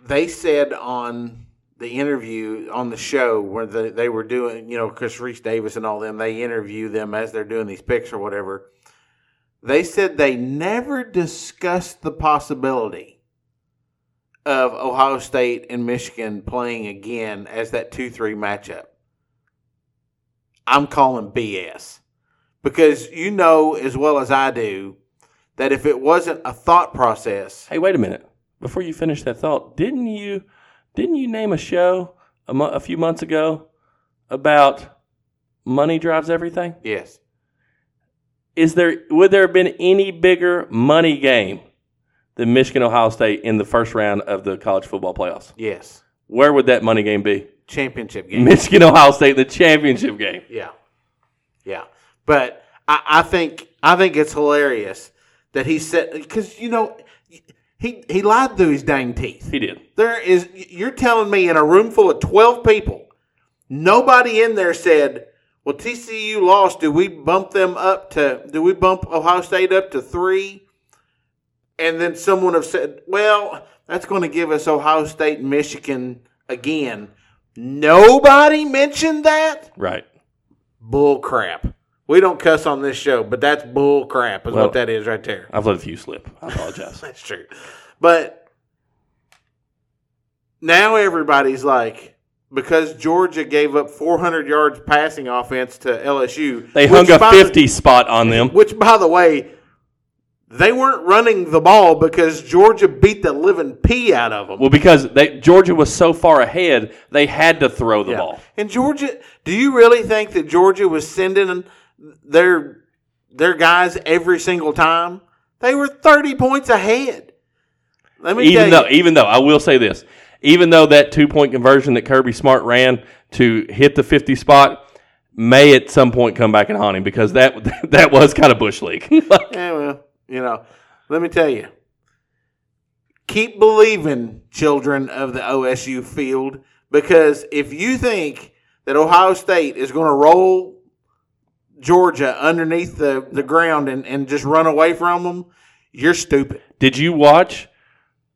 they said on the interview on the show where the, they were doing, you know, Chris Reese Davis and all them, they interview them as they're doing these picks or whatever. They said they never discussed the possibility of Ohio State and Michigan playing again as that 2 3 matchup. I'm calling BS because you know as well as I do that if it wasn't a thought process,
Hey, wait a minute. Before you finish that thought, didn't you didn't you name a show a, mo- a few months ago about money drives everything?
yes.
Is there would there have been any bigger money game than Michigan Ohio State in the first round of the college football playoffs?
Yes.
Where would that money game be?
Championship game.
Michigan Ohio State the championship game.
Yeah. Yeah. But I, I think I think it's hilarious that he said because you know he he lied through his dang teeth.
He did.
There is you're telling me in a room full of twelve people, nobody in there said, "Well, TCU lost. Do we bump them up to? Do we bump Ohio State up to three? And then someone have said, "Well, that's going to give us Ohio State and Michigan again." Nobody mentioned that
Right.
bull crap. We don't cuss on this show, but that's bull crap is
Well-
what that is right there.
I've let a few slip. I apologize.
That's true. But now everybody's like, because Georgia gave up 400 yards passing offense to LSU,
They
which
hung a
by-
50 spot on them.
Which, by the way, they weren't running the ball because Georgia beat the living pee out of them.
Well, because they, Georgia was so far ahead, they had to throw the
Yeah.
ball.
And Georgia, do you really think that Georgia was sending their their guys every single time? They were thirty points ahead. Let me
even
tell
though, even though I will say this, even though that two point conversion that Kirby Smart ran to hit the fifty spot may at some point come back and haunt him because that that was kind of bush league.
you, yeah, Eh, well, you know, let me tell you. Keep believing, children of the OSU field, because if you think that Ohio State is going to roll Georgia underneath the, the ground and, and just run away from them, you're stupid.
Did you watch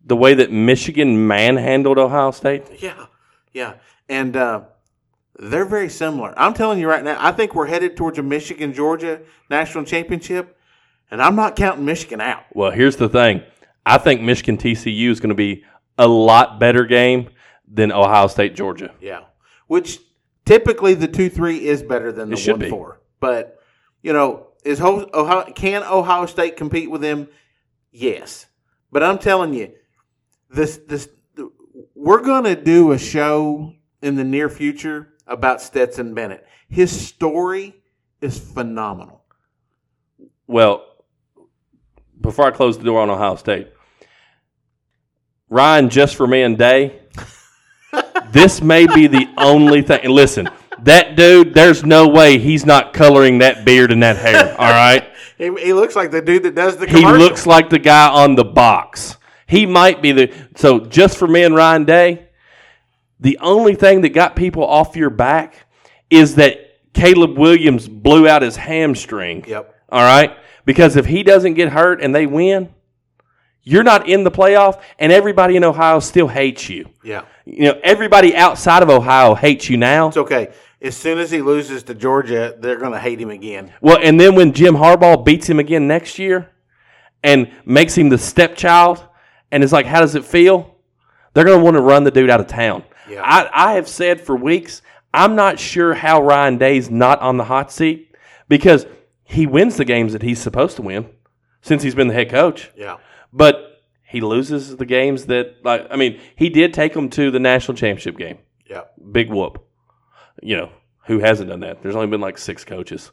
the way that Michigan manhandled Ohio State?
Yeah, yeah, and uh, they're very similar. I'm telling you right now, I think we're headed towards a Michigan Georgia national championship, and I'm not counting Michigan out.
Well, here's the thing. I think Michigan TCU is going to be a lot better game than Ohio State Georgia.
Yeah, which typically the two three is better than the
It should
one
be.
four, but you know, is Ho- Ohio can Ohio State compete with them? Yes, but I'm telling you, this this we're gonna do a show in the near future about Stetson Bennett. His story is phenomenal.
Well, before I close the door on Ohio State, Ryan, just for me and Day, this may be the only thing. And listen, that dude, there's no way he's not coloring that beard and that hair. All right,
He, he looks like the dude that does the
he
commercial.
looks like the guy on the box. He might be the so just for me and Ryan Day. The only thing that got people off your back is that Caleb Williams blew out his hamstring.
Yep.
All right? Because if he doesn't get hurt and they win, You're not in the playoff, and everybody in Ohio still hates you.
Yeah.
You know, everybody outside of Ohio hates you now.
It's okay. As soon as he loses to Georgia, they're going to hate him again.
Well, and then when Jim Harbaugh beats him again next year and makes him the stepchild, and it's like, how does it feel? They're going to want to run the dude out of town.
Yeah.
I, I have said for weeks, I'm not sure how Ryan Day's not on the hot seat because he wins the games that he's supposed to win since he's been the head coach,
Yeah.
but he loses the games that, like, I mean, he did take them to the national championship game
Yeah.
big whoop. You know, who hasn't done that? There's only been like six coaches.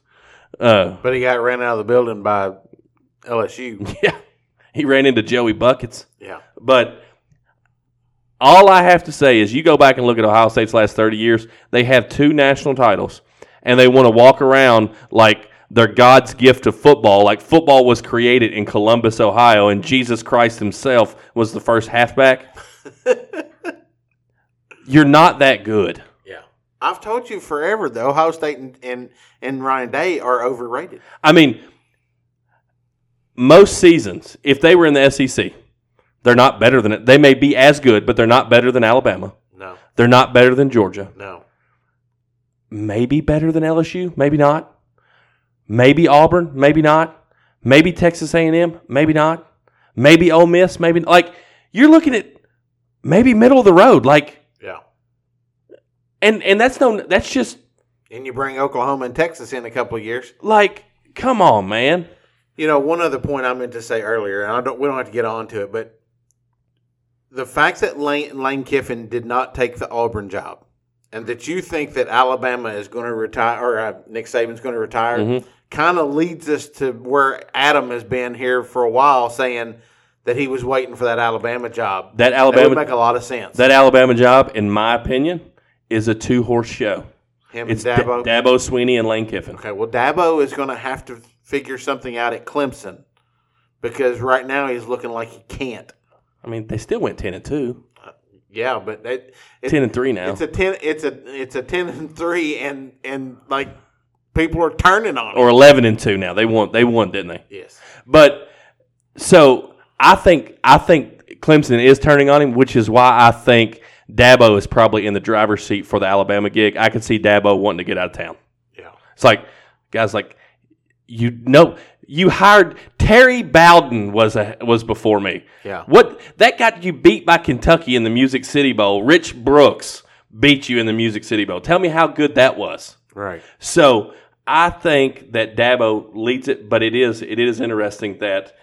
Uh,
But he got ran out of the building by LSU.
yeah, he ran into Joey Buckets.
yeah.
But all I have to say is you go back and look at Ohio State's last 30 years, they have two national titles, and they want to walk around like they're God's gift to football. Like football was created in Columbus, Ohio, and Jesus Christ himself was the first halfback. You're not that good.
Yeah. I've told you forever that Ohio State and, and, and Ryan Day are overrated.
I mean, most seasons, if they were in the SEC, they're not better than it. They may be as good, but they're not better than Alabama.
No.
They're not better than Georgia.
No.
Maybe better than LSU. Maybe not. Maybe Auburn. Maybe not. Maybe Texas A&M. Maybe not. Maybe Ole Miss. Maybe like you're looking at maybe middle of the road. Like
Yeah.
and and that's no that's just
And you bring Oklahoma and Texas in a couple of years.
like come on, man.
You know, one other point I meant to say earlier, and I don't, we don't have to get on to it, but the fact that Lane, Lane Kiffin did not take the Auburn job, and that you think that Alabama is going to retire or uh, Nick Saban's going to retire,
Mm-hmm.
kind of leads us to where Adam has been here for a while, saying that he was waiting for that Alabama job.
That
that would
Alabama
make a lot of sense.
That Alabama job, in my opinion, is a two horse show.
Him
It's
and Dabo.
Dabo. Dabo Sweeney and Lane Kiffin.
okay, well, Dabo is going to have to figure something out at Clemson because right now he's looking like he can't.
I mean, they still went ten and two,
Yeah, but that it,
ten and three now.
it's a ten. It's a it's a ten and three, and and like people are turning on. it.
or eleven and two now. They won. They won, didn't they?
Yes.
But so I think I think Clemson is turning on him, which is why I think Dabo is probably in the driver's seat for the Alabama gig. I could see Dabo wanting to get out of town.
Yeah.
It's like guys like you know you hired Terry Bowden was a, was before me.
Yeah.
What that got you beat by Kentucky in the Music City Bowl. Rich Brooks beat you in the Music City Bowl. Tell me how good that was.
Right.
So I think that Dabo leads it, but it is it is interesting that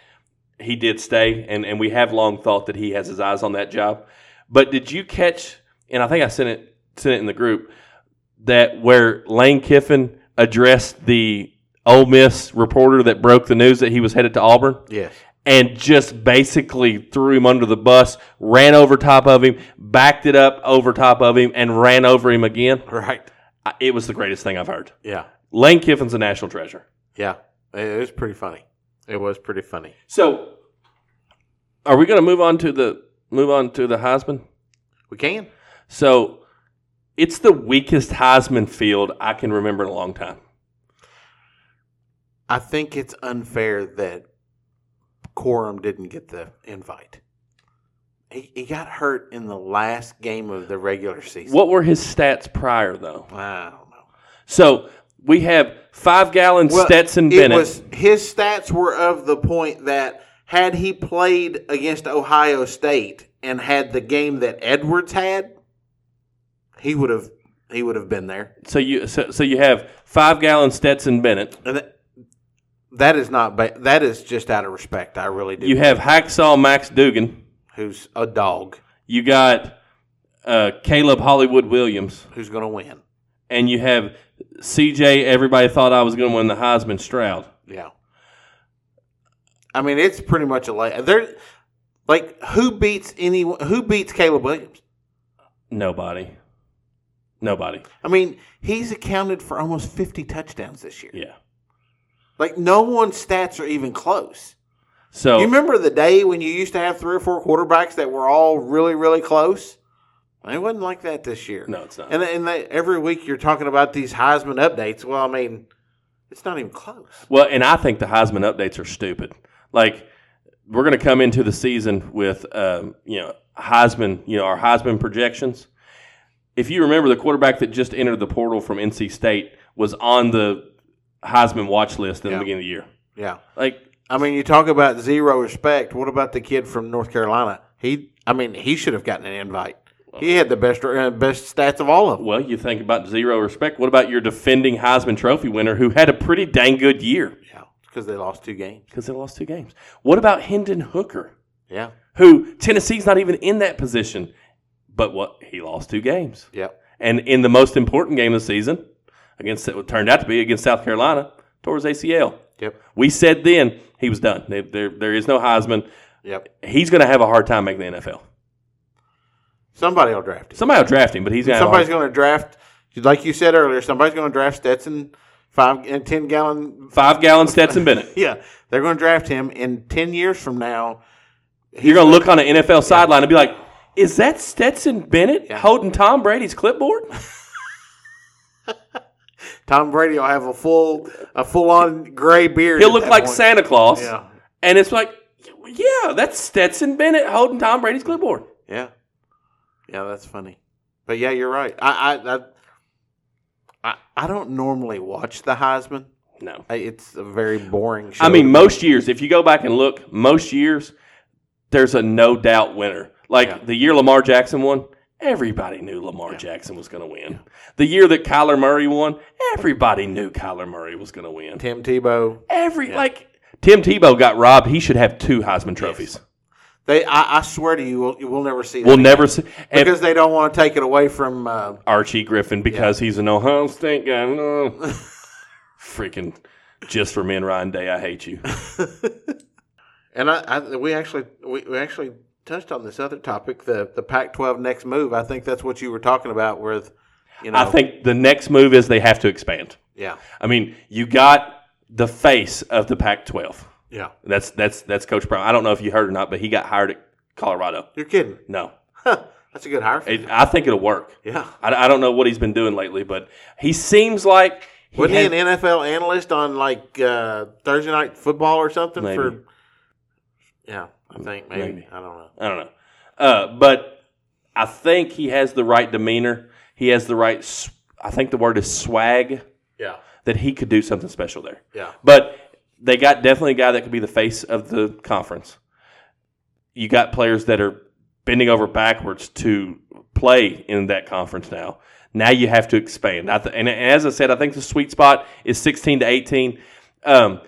he did stay, and and we have long thought that he has his eyes on that job. But did you catch? And I think I sent it sent it in the group that where Lane Kiffin addressed the Ole Miss reporter that broke the news that he was headed to Auburn
Yes.
and just basically threw him under the bus, ran over top of him, backed it up over top of him, and ran over him again.
Right.
I- It was the greatest thing I've heard.
Yeah.
Lane Kiffin's a national treasure.
Yeah. It was pretty funny. It was pretty funny.
So, are we going to move on to the move on to the Heisman?
We can.
So, it's the weakest Heisman field I can remember in a long time.
I think it's unfair that Corum didn't get the invite. He, he got hurt in the last game of the regular season.
What were his stats prior though?
I don't know.
So we have five gallon
Well,
Stetson
it
Bennett.
was- his stats were of the point that had he played against Ohio State and had the game that Edwards had, he would have he would have been there.
so you so, so you have five gallon Stetson Bennett.
And that, that is not ba- that is just out of respect. I really do.
You have Hacksaw Max Dugan.
who's a dog?
You got uh, Caleb Hollywood Williams,
Who's going to win?
and you have CJ. Everybody thought I was going to win the Heisman Stroud.
Yeah. I mean, it's pretty much a lay. There, like who beats anyone? Who beats Caleb Williams?
Nobody. Nobody.
I mean, he's accounted for almost fifty touchdowns this year.
Yeah.
Like no one's stats are even close.
So
You remember the day when you used to have three or four quarterbacks that were all really, really close? It wasn't like that this year.
no, it's not.
And and they, every week you're talking about these Heisman updates. Well, I mean, it's not even close.
well, and I think the Heisman updates are stupid. Like we're going to come into the season with um, you know Heisman, you know our Heisman projections. If you remember, the quarterback that just entered the portal from NC State was on the Heisman watch list in
Yeah.
the beginning of the year.
Yeah.
Like
I mean, you talk about zero respect. What about the kid from North Carolina? He, I mean, he should have gotten an invite. He had the best uh, best stats of all of them.
Well, you think about zero respect. What about your defending Heisman Trophy winner who had a pretty dang good year
Yeah, because they lost two games.
because they lost two games? What about Hendon Hooker,
Yeah,
who Tennessee's not even in that position, but what he lost two games,
yeah,
and in the most important game of the season against it turned out to be against South Carolina, tore his ACL.
yep,
We said then he was done. There, there, there is no Heisman.
yep.
He's going to have a hard time making the NFL.
Somebody will draft him.
Somebody will draft him, but he's going to.
Somebody's going to draft, like you said earlier. Somebody's going to draft Stetson five and ten gallon.
Five gallon Stetson Bennett.
Yeah, they're going to draft him in ten years from now.
You're going to look on an NFL sideline and be like, is that Stetson Bennett holding Tom Brady's clipboard?
Tom Brady will have a full a full on gray beard.
He'll
at
look
that
like
point.
Santa Claus.
Yeah,
And it's like, yeah, that's Stetson Bennett holding Tom Brady's clipboard.
yeah, yeah. That's funny, but yeah, you're right. I I I, I, I don't normally watch the Heisman.
No.
I- It's a very boring show.
I mean, most years, if you go back and look, most years, there's a no doubt winner. Like
Yeah.
the year Lamar Jackson won, everybody knew Lamar Jackson was going to win. The year that Kyler Murray won, everybody knew Kyler Murray was going to win.
Tim Tebow.
Every, like, Tim Tebow got robbed. He should have two Heisman trophies.
They, I, I swear to you, we'll, we'll never see that
We'll never see. and
because they don't want to take it away from. Uh,
Archie Griffin because he's an Ohio State guy. No. Freaking just for me and Ryan Day, I hate you.
and I, I, we actually, we, we actually touched on this other topic, the the Pac-12 next move. I think that's what you were talking about with, you know,
I think the next move is they have to expand.
yeah,
I mean, you got the face of the Pac-12.
yeah.
That's that's that's Coach Brown. I don't know if you heard or not, but he got hired at Colorado.
You're kidding.
No,
Huh, that's a good hire. For
it, I think it'll work.
yeah.
I, I don't know what he's been doing lately, but he seems like he
Wasn't he
had-
an NFL analyst on like uh, Thursday night football or something
Maybe.
for? Yeah, I think maybe.
Maybe.
I don't know.
I don't know. Uh, but I think he has the right demeanor. He has the right, s- I think the word is swag,
Yeah,
that he could do something special there.
yeah,
But they got definitely a guy that could be the face of the conference. You got players that are bending over backwards to play in that conference now. Now you have to expand. I th- and, and as I said, I think the sweet spot is 16 to 18. Um,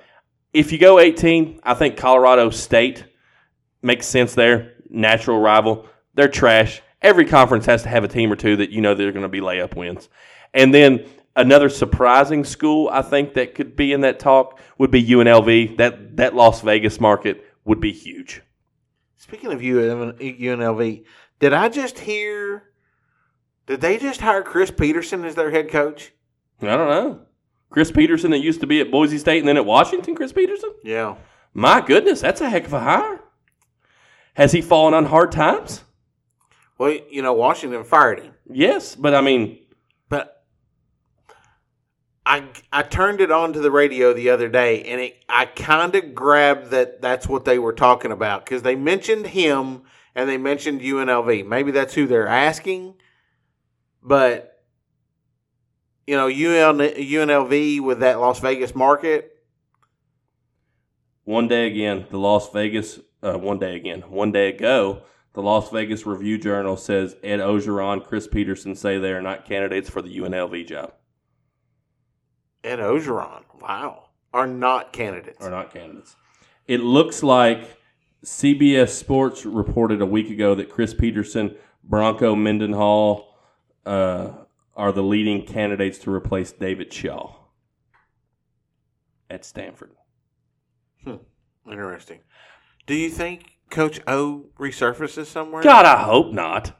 if you go 18, I think Colorado State makes sense there. Natural rival. They're trash. Every conference has to have a team or two that you know they're going to be layup wins. And then another surprising school I think that could be in that talk would be UNLV. That that Las Vegas market would be huge.
Speaking of UN UNLV, did I just hear? Did they just hire Chris Peterson as their head coach?
I don't know. Chris Peterson that used to be at Boise State and then at Washington, Chris Peterson?
Yeah,
My goodness, that's a heck of a hire. Has he fallen on hard times?
Well, you know, Washington fired him,
Yes, but I mean,
but I I turned it on to the radio the other day, and it I kind of grabbed that that's what they were talking about because they mentioned him and they mentioned UNLV. Maybe that's who they're asking, but you know, UNL, UNLV with that Las Vegas market.
One day again, the Las Vegas. Uh, one day again, one day ago, the Las Vegas Review Journal says Ed Ogeron, Chris Peterson say they are not candidates for the UNLV job.
Ed Ogeron, wow, are not candidates.
Are not candidates. It looks like CBS Sports reported a week ago that Chris Peterson, Bronco Mendenhall, uh, are the leading candidates to replace David Shaw at Stanford.
Interesting. Do you think Coach O resurfaces somewhere?
God, I hope not.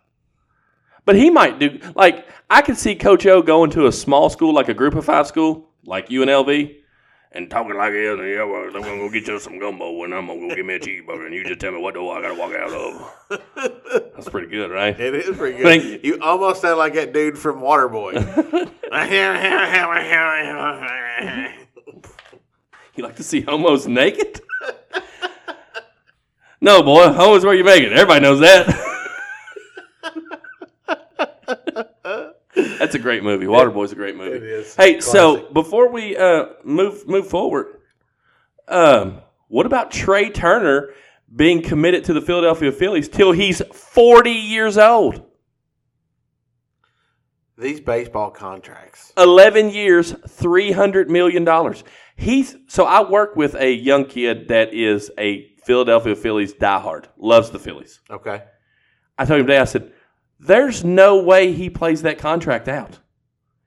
But he might do. Like I could see Coach O going to a small school, like a Group of Five school, like UNLV, and talking like this. and, Yeah, well, I'm gonna go get you some gumbo, and I'm gonna go get me a cheeseburger, and you just tell me what door I gotta walk out of. That's pretty good, right?
It is pretty good.
Thank you.
you almost sound like that dude from Waterboy.
You like to see homos naked? No, boy, home is where you make it. Everybody knows that. That's a great movie. Waterboy's a great movie.
is.
Hey, so before we uh, move move forward, um, what about Trey Turner being committed to the Philadelphia Phillies till he's forty years old?
these baseball contracts.
11 years, $300 million. He's so I work with a young kid that is a Philadelphia Phillies diehard, loves the Phillies.
Okay.
I told him today, I said, there's no way he plays that contract out.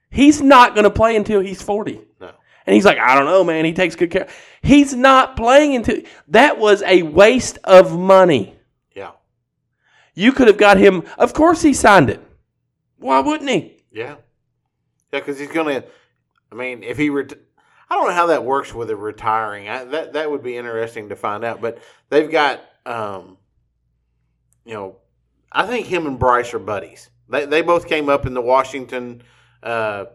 He's not going to play until he's 40.
No.
And he's like, I don't know, man. He takes good care. He's not playing until that was a waste of money.
Yeah.
You could have got him. Of course he signed it. Why wouldn't he?
Yeah. Yeah, because he's gonna. I mean, if he ret- I don't know how that works with a retiring. I, that that would be interesting to find out. But they've got, um, you know, I think him and Bryce are buddies. They they both came up in the Washington uh,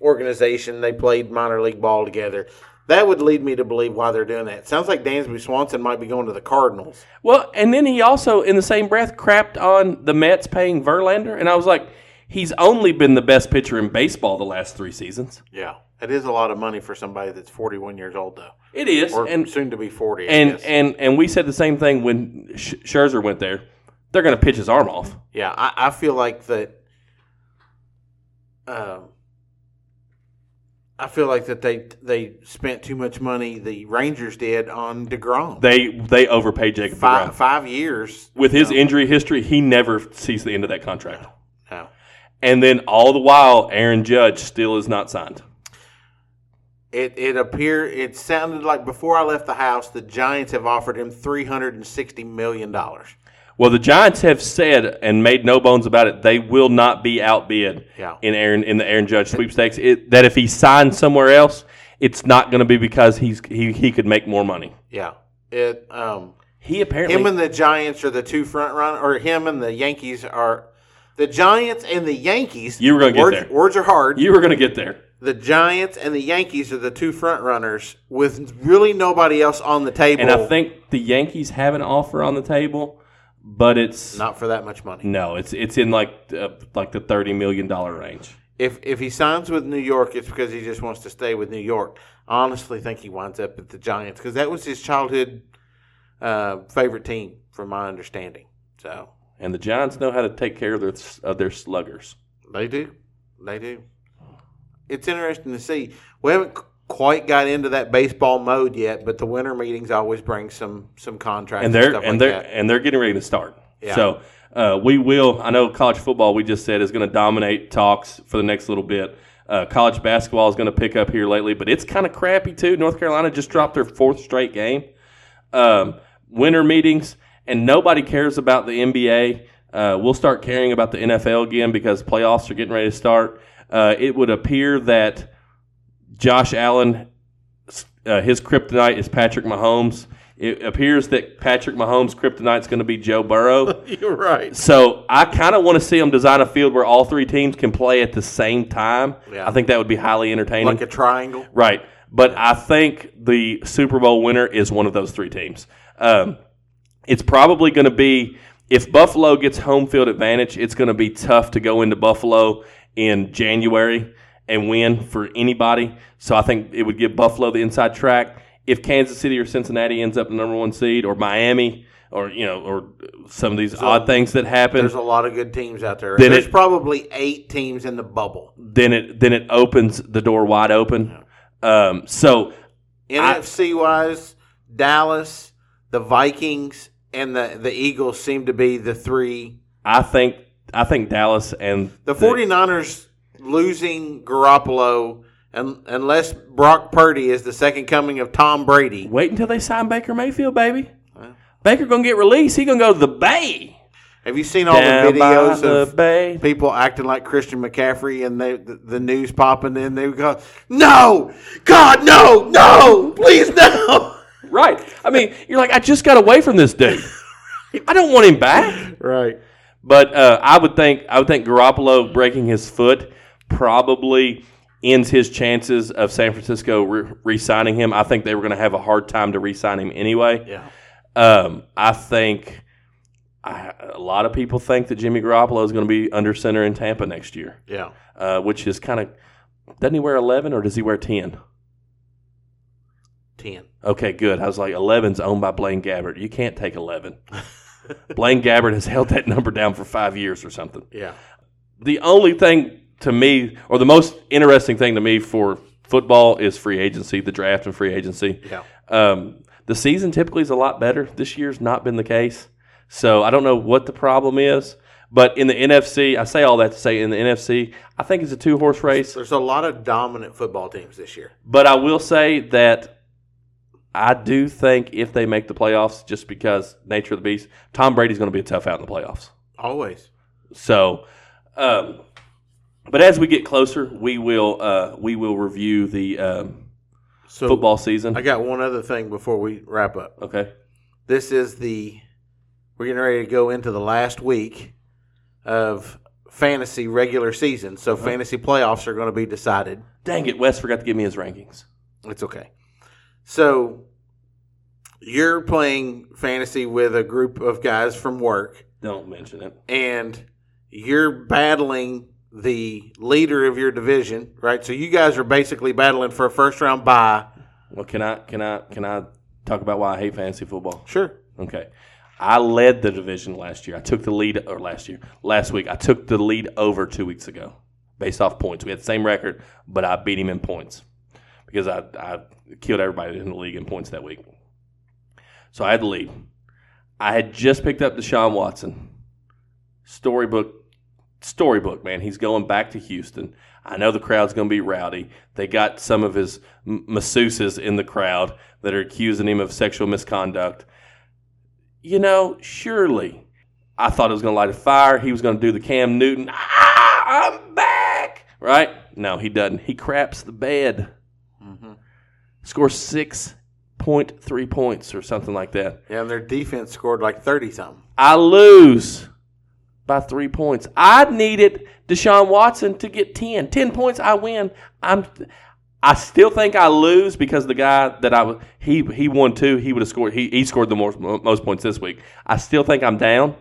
organization. They played minor league ball together. That would lead me to believe why they're doing that. Sounds like Dansby Swanson might be going to the Cardinals.
Well, and then he also, in the same breath, crapped on the Mets paying Verlander, and I was like, he's only been the best pitcher in baseball the last three seasons.
Yeah, it is a lot of money for somebody that's forty-one years old though,
It is,
or
and
soon to be forty. I
and
guess.
and and we said the same thing when Sh- Scherzer went there. They're going to pitch his arm off.
Yeah, I, I feel like that. Um, I feel like that they they spent too much money. The Rangers did on Degrom
They they overpaid Jacob
five
DeGrom.
five years.
With his injury history, he never sees the end of that contract.
No,
And then all the while, Aaron Judge still is not signed.
it it appeared it sounded like before I left the house, the Giants have offered him three hundred and sixty million dollars.
Well, the Giants have said and made no bones about it. They will not be outbid
Yeah.
in Aaron in the Aaron Judge sweepstakes. It, that if he signs somewhere else, it's not going to be because he's he, he could make more money.
Yeah, it um
He apparently
him and the Giants are the two front run, or him and the Yankees are. The Giants and the Yankees.
You were gonna get
words,
there.
Words are hard.
you were going to get there.
the Giants and the Yankees are the two front runners with really nobody else on the table.
And I think the Yankees have an offer on the table, but it's
not for that much money.
no, it's it's in like uh, like the thirty million dollar range.
If if he signs with New York, it's because he just wants to stay with New York. I honestly think he winds up at the Giants because that was his childhood uh, favorite team, from my understanding. So
And the Giants know how to take care of their of their sluggers.
they do, they do. It's interesting to see. We haven't qu- quite got into that baseball mode yet, but the winter meetings always bring some some contracts
and
and,
they're
stuff
and
like
they're
that.
and they're getting ready to start.
Yeah.
So uh, we will. I know college football. We just said is going to dominate talks for the next little bit. Uh, college basketball is going to pick up here lately, but it's kind of crappy too. North Carolina just dropped their fourth straight game. Um, winter meetings, and nobody cares about the NBA. Uh, we'll start caring about the NFL again because playoffs are getting ready to start. Uh, it would appear that Josh Allen uh, his kryptonite is Patrick Mahomes. It appears that Patrick Mahomes' kryptonite's going to be Joe Burrow.
You're right.
so I kind of want to see him design a field where all three teams can play at the same time.
Yeah.
I think that would be highly entertaining.
Like a triangle.
right. But I think the Super Bowl winner is one of those three teams. Um, it's probably going to be if Buffalo gets home field advantage, it's going to be tough to go into Buffalo in January and win for anybody. So I think it would give Buffalo the inside track. If Kansas City or Cincinnati ends up the number one seed, or Miami, or you know, or some of these odd things that happen,
There's a lot of good teams out there.
Then
There's
it-
probably eight teams in the bubble.
then it then it opens the door wide open. Um, so
NFC wise, Dallas, the Vikings, and the, the Eagles seem to be the three.
I think I think Dallas and
The 49ers losing Garoppolo, and, unless Brock Purdy is the second coming of Tom Brady.
wait until they sign Baker Mayfield, baby. Baker gonna get released. He gonna go to the Bay.
Have you seen all
Down
the
by
videos
the
of
bay.
people acting like Christian McCaffrey and they, the, the news popping in? They go, No! God, no! No! Please, no!
Right. I mean, you're like, I just got away from this dude. I don't want him back.
Right.
But uh, I would think I would think Garoppolo breaking his foot probably ends his chances of San Francisco re- re-signing him. I think they were going to have a hard time to re-sign him anyway.
Yeah.
Um, I think I, a lot of people think that Jimmy Garoppolo is going to be under center in Tampa next year,
Yeah.
uh, which is kind of doesn't he wear eleven or does he wear ten?
10.
Okay, good. I was like, 11's owned by Blaine Gabbert. You can't take 11. Blaine Gabbert has held that number down for five years or something.
Yeah.
The only thing to me, or the most interesting thing to me for football is free agency, the draft and free agency.
Yeah.
Um, the season typically is a lot better. This year's not been the case. So I don't know what the problem is. But in the NFC, I say all that to say in the NFC, I think it's a two horse race.
There's a lot of dominant football teams this year.
But I will say that I do think if they make the playoffs, just because nature of the beast, Tom Brady's going to be a tough out in the playoffs.
Always.
So, um, but as we get closer, we will uh, we will review the um,
So
football season.
I got one other thing before we wrap up.
okay.
This is the we're getting ready to go into the last week of fantasy regular season. So fantasy playoffs are going to be decided.
Dang it, Wes forgot to give me his rankings.
It's okay. So you're playing fantasy with a group of guys from work
Don't mention it.
and you're battling the leader of your division, right? So you guys are basically battling for a first round bye.
Well, can I can I can I talk about why I hate fantasy football?
Sure.
Okay. I led the division last year. I took the lead, or last year, last week. I took the lead over two weeks ago based off points. We had the same record, but I beat him in points because I, I killed everybody in the league in points that week. So I had the lead. I had just picked up Deshaun Watson. Storybook, storybook, man. He's going back to Houston. I know the crowd's going to be rowdy. They got some of his m- masseuses in the crowd that are accusing him of sexual misconduct you know, surely. I thought it was going to light a fire. He was going to do the Cam Newton, ah, I'm back, right? No, he doesn't. He craps the bed,
hmm
scores 6.3 points or something like that.
Yeah, and their defense scored like 30 something.
I lose by three points. I needed Deshaun Watson to get 10. 10 points, I win. I'm. I still think I lose because the guy that I was he he won two. He would have scored. He, he scored the most most points this week. I still think I'm down,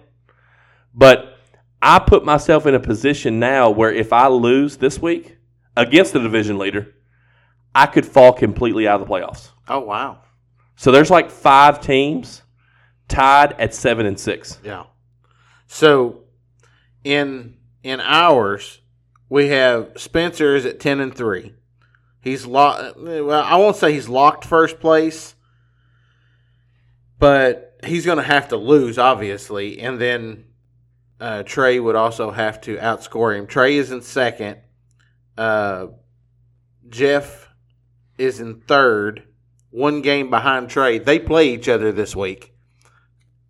but I put myself in a position now where if I lose this week against the division leader, I could fall completely out of the playoffs.
Oh, wow.
So there's like five teams tied at seven and six.
Yeah. So in in ours, we have Spencer is at 10 and 3. He's locked. Well, I won't say he's locked first place, but he's going to have to lose, obviously. And then uh, Trey would also have to outscore him. Trey is in second. Uh, Jeff is in third, one game behind Trey. They play each other this week.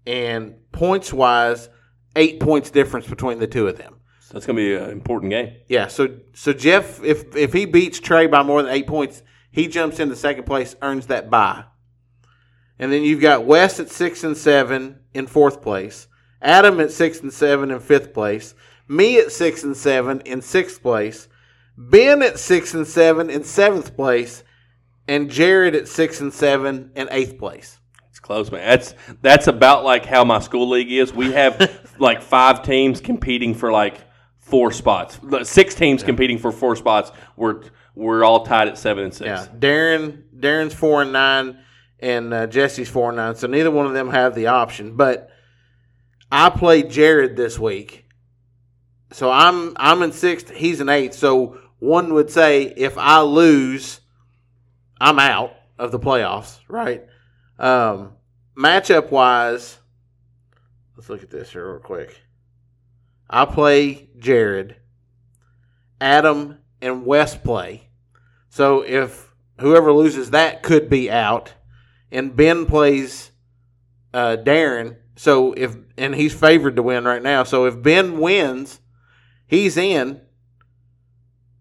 And points wise, eight points difference between the two of them.
So that's going to be an important game.
Yeah, so so Jeff, if if he beats Trey by more than eight points, he jumps into second place, earns that bye. And then you've got Wes at six and seven in fourth place, Adam at six and seven in fifth place, me at six and seven in sixth place, Ben at six and seven in seventh place, and Jared at six and seven in eighth place.
It's close, man. That's that's about like how my school league is. We have like five teams competing for like four spots. Six teams competing for four spots. We're we're all tied at seven and six.
Yeah, Darren, Darren's four and nine, and uh, Jesse's four and nine. So neither one of them have the option. But I played Jared this week, so I'm I'm in sixth. He's in eighth. So one would say if I lose, I'm out of the playoffs. Right? Um, matchup wise, let's look at this here real quick. I play Jared. Adam and West play. So if whoever loses that could be out, and Ben plays uh, Darren. So if and he's favored to win right now. So if Ben wins, he's in.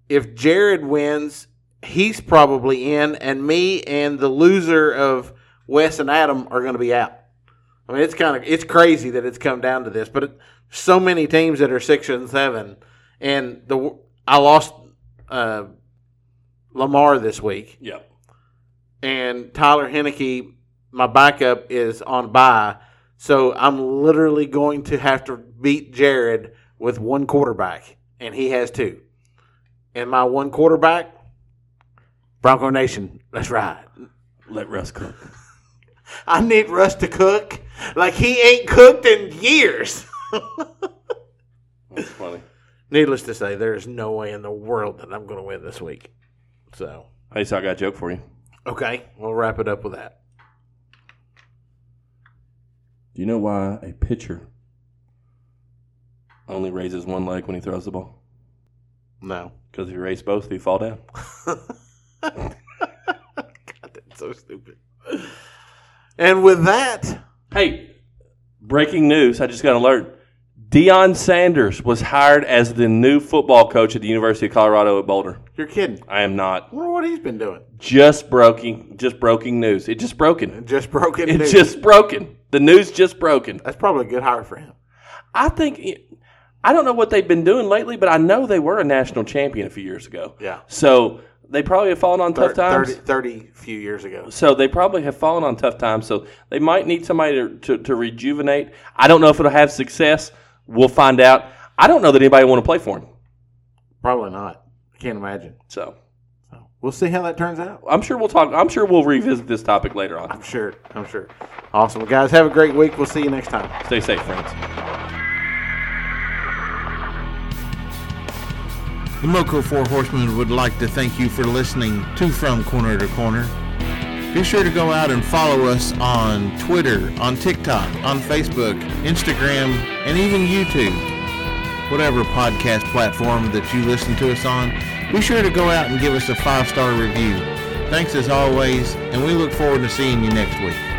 If Jared wins, he's probably in, and me and the loser of Wes and Adam are going to be out. I mean, it's kind of it's crazy that it's come down to this, but it, so many teams that are six and seven, and the I lost uh, Lamar this week,
Yep.
and Tyler Henneke my backup is on bye, so I'm literally going to have to beat Jared with one quarterback, and he has two. And my one quarterback, Bronco Nation. Let's ride.
Let Russ cook.
I need Russ to cook like he ain't cooked in years.
That's funny.
Needless to say, there is no way in the world that I'm going to win this week. So,
Hey, so I got a joke for you.
okay, we'll wrap it up with that.
Do you know why a pitcher only raises one leg when he throws the ball?
No.
Because if you raise both, you fall down.
God, that's so stupid. And with that,
Hey, breaking news! I just got an alert. Deion Sanders was hired as the new football coach at the University of Colorado at Boulder.
you're kidding.
I am not.
wonder what he's been doing.
Just broking, just broken news. It just broken.
Just broken
It
news.
just broken. The news just broken.
that's probably a good hire for him.
I think I don't know what they've been doing lately, but I know they were a national champion a few years ago.
Yeah.
So they probably have fallen on
Thir-
tough times.
30, 30 few years ago.
So they probably have fallen on tough times. So they might need somebody to, to, to rejuvenate. I don't know if it'll have success. We'll find out. I don't know that anybody want to play for him.
Probably not. I can't imagine.
So
So we'll see how that turns out.
I'm sure we'll talk. I'm sure we'll revisit this topic later on.
I'm sure. I'm sure. Awesome. Well, guys, have a great week. We'll see you next time.
Stay safe, friends.
The Moco Four Horsemen would like to thank you for listening to From Corner to Corner. Be sure to go out and follow us on Twitter, on TikTok, on Facebook, Instagram, and even YouTube. Whatever podcast platform that you listen to us on, be sure to go out and give us a five-star review. Thanks as always, and we look forward to seeing you next week.